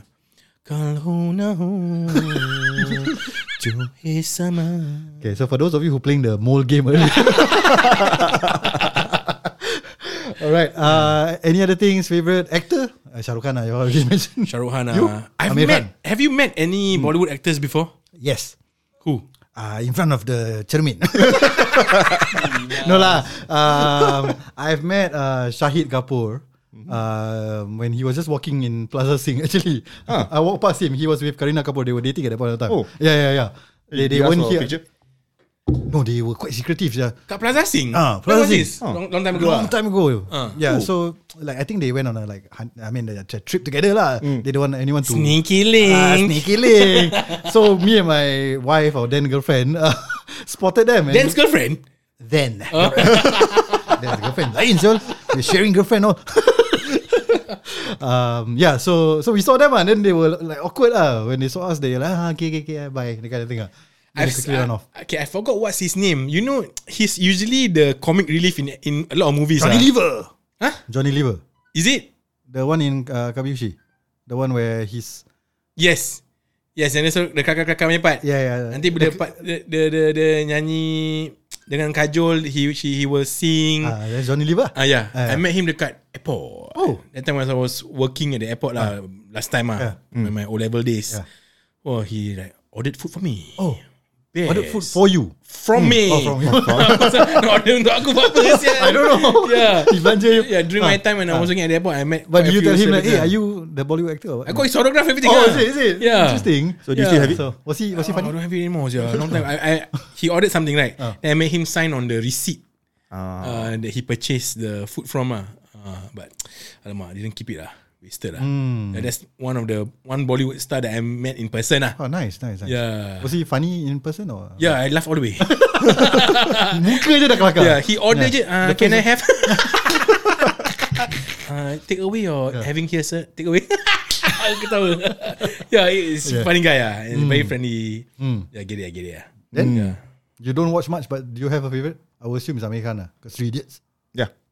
Speaker 2: Kalau nak Johe sama
Speaker 1: Okay, so for those of you who playing the mole game earlier. All right. Uh, any other things? Favorite actor? Uh, Shah Rukh Khan. ah, You already mentioned.
Speaker 2: Shah Rukh Khan.
Speaker 1: You? Hmm.
Speaker 2: ah. I've
Speaker 1: Amir
Speaker 2: met.
Speaker 1: Khan.
Speaker 2: Have you met any Bollywood actors before?
Speaker 1: Yes.
Speaker 2: Who?
Speaker 1: Uh, in front of the cermin. no lah. Um, I've met uh, Shahid Kapoor
Speaker 2: Mm-hmm.
Speaker 1: um, when he was just walking in Plaza Sing. Actually,
Speaker 2: Ah.
Speaker 1: I walked past him. He was with Karina Kapoor. They were dating at that point of time.
Speaker 3: Oh.
Speaker 1: yeah, yeah, yeah.
Speaker 2: Eh,
Speaker 1: They, they
Speaker 3: You ask
Speaker 1: weren't
Speaker 3: for a
Speaker 1: here.
Speaker 3: picture?
Speaker 1: No, they were quite secretive. Yeah.
Speaker 2: Kat Plaza Sing?
Speaker 1: Ah,
Speaker 2: When
Speaker 1: Plaza
Speaker 2: was
Speaker 1: Sing.
Speaker 2: this? Long, long time ago
Speaker 1: Long
Speaker 2: ah?
Speaker 1: time ago.
Speaker 2: Ah.
Speaker 1: Yeah. So like I think they went on a like hun- I mean a trip together lah.
Speaker 2: Mm.
Speaker 1: They don't want anyone to
Speaker 2: Sneaky
Speaker 1: Ah,
Speaker 2: link.
Speaker 1: sneaky link. so me and my wife or then girlfriend uh, spotted them. and-
Speaker 2: Dan's girlfriend?
Speaker 1: then. That's girlfriend. Lain Zul. We're sharing girlfriend oh. um, yeah, so so we saw them ah, and then they were like awkward ah. when they saw us. They were like, ah, okay, okay, okay, bye. The kind of thing ah. Then they
Speaker 2: I've-
Speaker 1: quickly run off.
Speaker 2: I- Okay, I forgot what's his name. You know, he's usually the comic relief in in a lot of movies.
Speaker 1: Johnny
Speaker 2: ah.
Speaker 1: Lever.
Speaker 2: Huh?
Speaker 1: Johnny Lever,
Speaker 2: Is it?
Speaker 1: the one in uh, Kabiushi, the one where he's
Speaker 2: Yes. Yes, yang dia suruh the kakak-kakak punya part.
Speaker 1: Yeah, yeah.
Speaker 2: Nanti bila part dia, dia, dia, dia nyanyi dengan kajol, he he, he will sing.
Speaker 1: Ah, that's Johnny Lever.
Speaker 2: Ah yeah,
Speaker 1: Ah.
Speaker 2: I met him dekat airport.
Speaker 1: Oh.
Speaker 2: That time when I was working at the airport lah last time ah, in my O level days.
Speaker 1: Mm. Yeah.
Speaker 2: Oh, he like ordered food for me.
Speaker 1: Oh,
Speaker 2: Yes.
Speaker 1: ordered food for you.
Speaker 2: from me.
Speaker 1: Oh, from him.
Speaker 2: So, nak order untuk aku buat apa sial?
Speaker 1: I don't know.
Speaker 2: Yeah.
Speaker 1: Belanja you. Ah.
Speaker 2: Yeah, during my time when I was working at the airport, I met
Speaker 1: But do
Speaker 2: quite a
Speaker 1: you
Speaker 2: few
Speaker 1: tell him like,
Speaker 2: celebrities
Speaker 1: hey, are
Speaker 2: lah.
Speaker 1: you the Bollywood actor? or what?"
Speaker 2: I got his autograph everything.
Speaker 1: Oh,
Speaker 2: lah.
Speaker 1: is it? Is it?
Speaker 2: Yeah.
Speaker 1: Interesting.
Speaker 3: So do you
Speaker 2: Yeah.
Speaker 3: still have it?
Speaker 1: So was he was he
Speaker 2: Oh, I
Speaker 1: funny? Ah.
Speaker 2: don't have it anymore. Yeah, long time. I, I he ordered something right. Then I made him sign on the receipt
Speaker 3: Ah.
Speaker 2: uh, that he purchased the food from ah. Uh, but alamak, didn't keep it lah. Wasted lah. Yeah, that's one of the one Bollywood star that I met in person ah.
Speaker 1: Oh, nice, nice, nice.
Speaker 2: Yeah.
Speaker 1: Was he funny in person or?
Speaker 2: Yeah, I laugh all the way.
Speaker 1: Muka je dah kelakar.
Speaker 2: yeah, he order je. Uh,
Speaker 1: The
Speaker 2: can I
Speaker 1: face-
Speaker 2: have? uh, take away or having here, sir? Take away. Aku tahu. yeah, it's
Speaker 1: Yeah.
Speaker 2: funny guy ah. And very friendly. Yeah, get it, I get it ah.
Speaker 1: Then
Speaker 2: Yeah.
Speaker 1: you don't watch much, but do you have a favorite? I would assume it's Amir Khan lah, cause Three Idiots.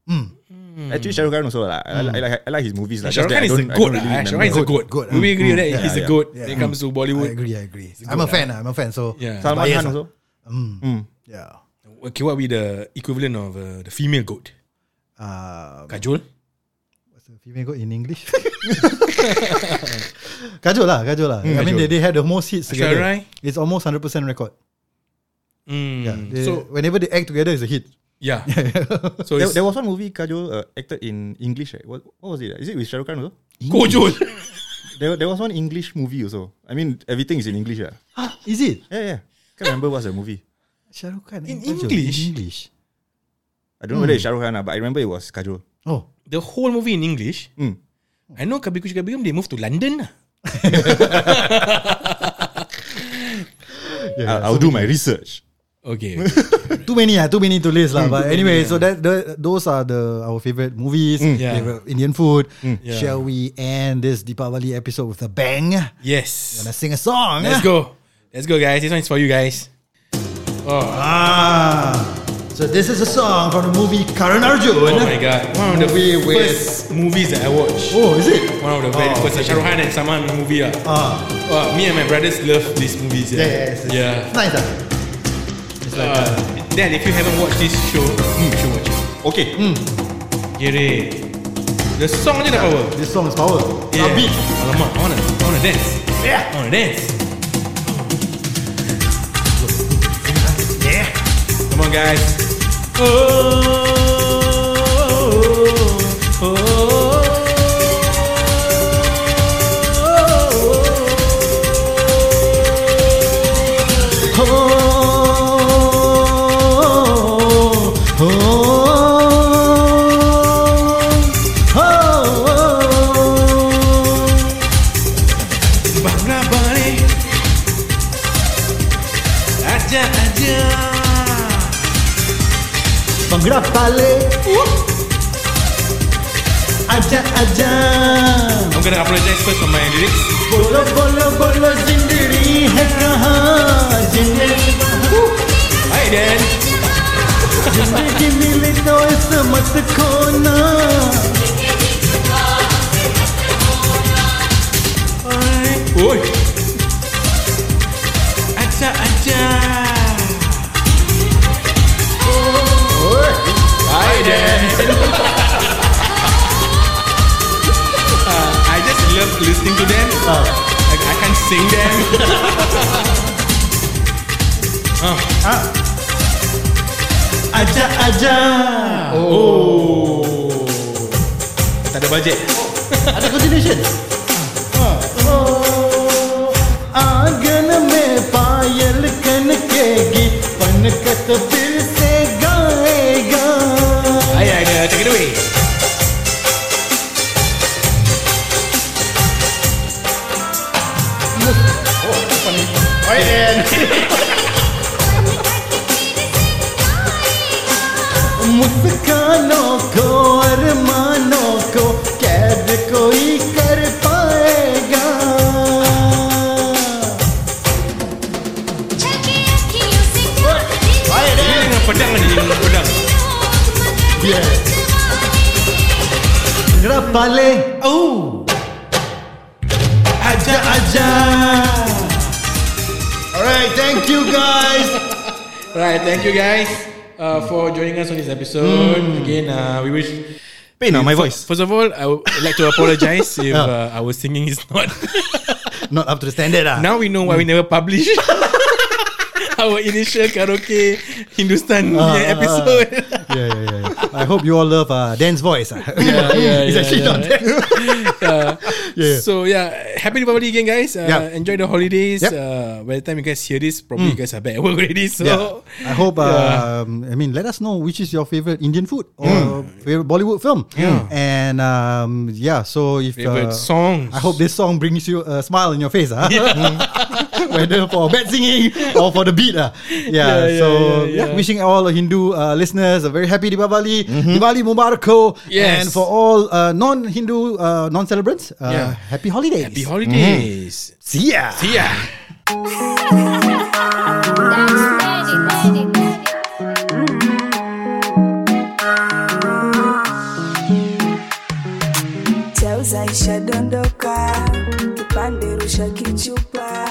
Speaker 1: Mm,
Speaker 3: Yeah. Actually, Shahrukh Khan also lah. I, I, like, I like his movies lah.
Speaker 2: Shahrukh
Speaker 3: Just that
Speaker 2: Mm. Khan is a
Speaker 3: I don't- I
Speaker 2: goat
Speaker 3: don't
Speaker 2: lah.
Speaker 3: really
Speaker 2: eh. Shahrukh Khan is a
Speaker 1: remember.
Speaker 2: goat.
Speaker 1: Goat,
Speaker 2: Do we agree that
Speaker 1: yeah,
Speaker 2: he's a
Speaker 3: yeah.
Speaker 2: goat
Speaker 1: Yeah.
Speaker 2: when it comes to
Speaker 1: I
Speaker 2: Bollywood?
Speaker 1: agree, I agree. I'm a fan. ah, I'm a fan. So
Speaker 2: Yeah.
Speaker 3: Salman
Speaker 1: Bias
Speaker 3: Khan
Speaker 1: lah.
Speaker 3: also. Mm.
Speaker 2: Okay, what would be the equivalent of uh, the female goat?
Speaker 1: uh,
Speaker 2: Kajol?
Speaker 1: what's the female goat in English? Kajol lah, Kajol lah. I mean,
Speaker 2: Kajol.
Speaker 1: they, they had the most hits together.
Speaker 2: Ashwarai?
Speaker 1: It's almost 100% record.
Speaker 2: Mm.
Speaker 1: Yeah. They,
Speaker 2: So,
Speaker 1: whenever they act together, it's a hit.
Speaker 2: yeah. so,
Speaker 3: There,
Speaker 2: it's
Speaker 3: there was one movie Kajol uh, acted in English. Right? What, what was it? Is it with Shahrukh Khan also?
Speaker 2: Kojol.
Speaker 3: There, there was one English movie also. I mean, everything is in English. ah.
Speaker 1: Ah, is it?
Speaker 3: Yeah, yeah. Can't remember what's the movie.
Speaker 1: Shah Rukh Khan. and
Speaker 2: In
Speaker 1: Kajol
Speaker 2: English?
Speaker 1: In English.
Speaker 3: I don't know whether it's Shahrukh Khan, ah, but I remember it was Kajol.
Speaker 1: Oh.
Speaker 2: the whole movie in English.
Speaker 3: Mm.
Speaker 2: I know Kabir Kush Kabir they moved to London. lah.
Speaker 1: Yeah, yeah,
Speaker 3: I'll, I'll
Speaker 1: so
Speaker 3: do my research.
Speaker 2: Okay.
Speaker 1: Too many, ah, too many to list
Speaker 2: Hmm,
Speaker 1: lah. But anyway, so that the, those are the our favorite movies,
Speaker 2: Hmm. Yeah. Hmm.
Speaker 1: favorite Indian food.
Speaker 2: Yeah.
Speaker 1: Shall we end this Deepavali episode with a bang? Wanna
Speaker 2: yes.
Speaker 1: sing a song? ah?
Speaker 2: Let's go. Let's go, guys. This one is for you guys. Oh,
Speaker 1: Ah. So this is a song from the movie Karan Arjun.
Speaker 2: oh my god. One of the
Speaker 1: Movie
Speaker 2: first movies that I watched.
Speaker 1: Oh, is it?
Speaker 2: One of the very first. Oh, Okay. Shahrukh Khan and Salman movie. ah.
Speaker 1: Ah,
Speaker 2: Oh, me and my brothers love these movies. Yeah.
Speaker 1: yes, yes, yes.
Speaker 2: yeah.
Speaker 1: It's nice. ah.
Speaker 2: Uh, Dad, if you haven't watched this show, you should watch it.
Speaker 3: Okay.
Speaker 2: Get it. The song je dah power.
Speaker 1: This song is power.
Speaker 2: Yeah.
Speaker 1: Upbeat.
Speaker 2: Alamak, I wanna, I wanna dance. Yeah. I wanna dance. Yeah. Come on, guys. Oh, oh,
Speaker 1: Oh, oh, oh, oh.
Speaker 2: Bangga balik. Aja, aja.
Speaker 1: Penggerak balik. Aja aja.
Speaker 2: I'm gonna apologize first for my lyrics.
Speaker 1: Bolo bolo bolo zindagi hai kaha zindagi
Speaker 2: Hi, Dan.
Speaker 1: जिंदगी मिले तो इसे मत खोना
Speaker 2: Hi. Oi. Aja, aja. Hi, Dan. Uh, I just love listening to them. Like, I can sing them.
Speaker 1: आजा आजा
Speaker 2: Tak ada budget.
Speaker 1: ada continuation आंगन में पायल कनकेगी पनकत फिर से गाएगा
Speaker 2: Hi, Ida. Take it away.
Speaker 1: मुस्कानों को अरमानों को कैद कोई कर पाएगा
Speaker 2: Ini dengan pedang ni, dengan pedang.
Speaker 1: पगड़ा पाले
Speaker 2: Oh. Aja, aja.
Speaker 1: All right, thank you guys.
Speaker 2: Right, thank you guys uh, for joining us on this episode. Again, uh, we wish.
Speaker 3: Pain on my voice.
Speaker 2: First of all, I would like to apologize if uh, our singing is not.
Speaker 1: Not up to the standard, ah.
Speaker 2: now we know why we never publish our initial karaoke Hindustan
Speaker 1: Ah,
Speaker 2: punya
Speaker 1: ah, ah.
Speaker 2: episode.
Speaker 1: Yeah, yeah, yeah, yeah. I hope you all love uh, Dan's voice. ah.
Speaker 2: yeah,
Speaker 1: it's
Speaker 2: yeah,
Speaker 1: actually
Speaker 2: yeah.
Speaker 1: not Dan.
Speaker 2: Yeah.
Speaker 1: Yeah.
Speaker 2: So yeah, happy Diwali again, guys. Uh,
Speaker 1: Yeah.
Speaker 2: Enjoy the holidays.
Speaker 1: Yep. Mm.
Speaker 2: Uh, by the time you guys hear this, probably you guys are back at work already. So
Speaker 1: Yeah. I hope. Um, I mean, let us know which is your favorite Indian food or
Speaker 2: Hmm.
Speaker 1: favorite Bollywood film. And um, yeah, so if uh,
Speaker 2: favorite songs.
Speaker 1: I hope this song brings you a smile in your face, ah. Whether for bad singing or for the beat, ah. Yeah,
Speaker 2: yeah,
Speaker 1: so
Speaker 2: yeah, yeah.
Speaker 1: wishing all the Hindu uh, listeners a very happy Diwali, Diwali Mubarako,
Speaker 2: Mm-hmm.
Speaker 1: and
Speaker 2: Yes.
Speaker 1: for all uh, non-Hindu uh, non-celebrants, uh,
Speaker 2: Yeah.
Speaker 1: happy holidays.
Speaker 2: Happy holidays.
Speaker 1: See ya.
Speaker 2: See ya.
Speaker 6: Magic, magic.
Speaker 7: Chauza ishadondoka, kipande rusha kichupa,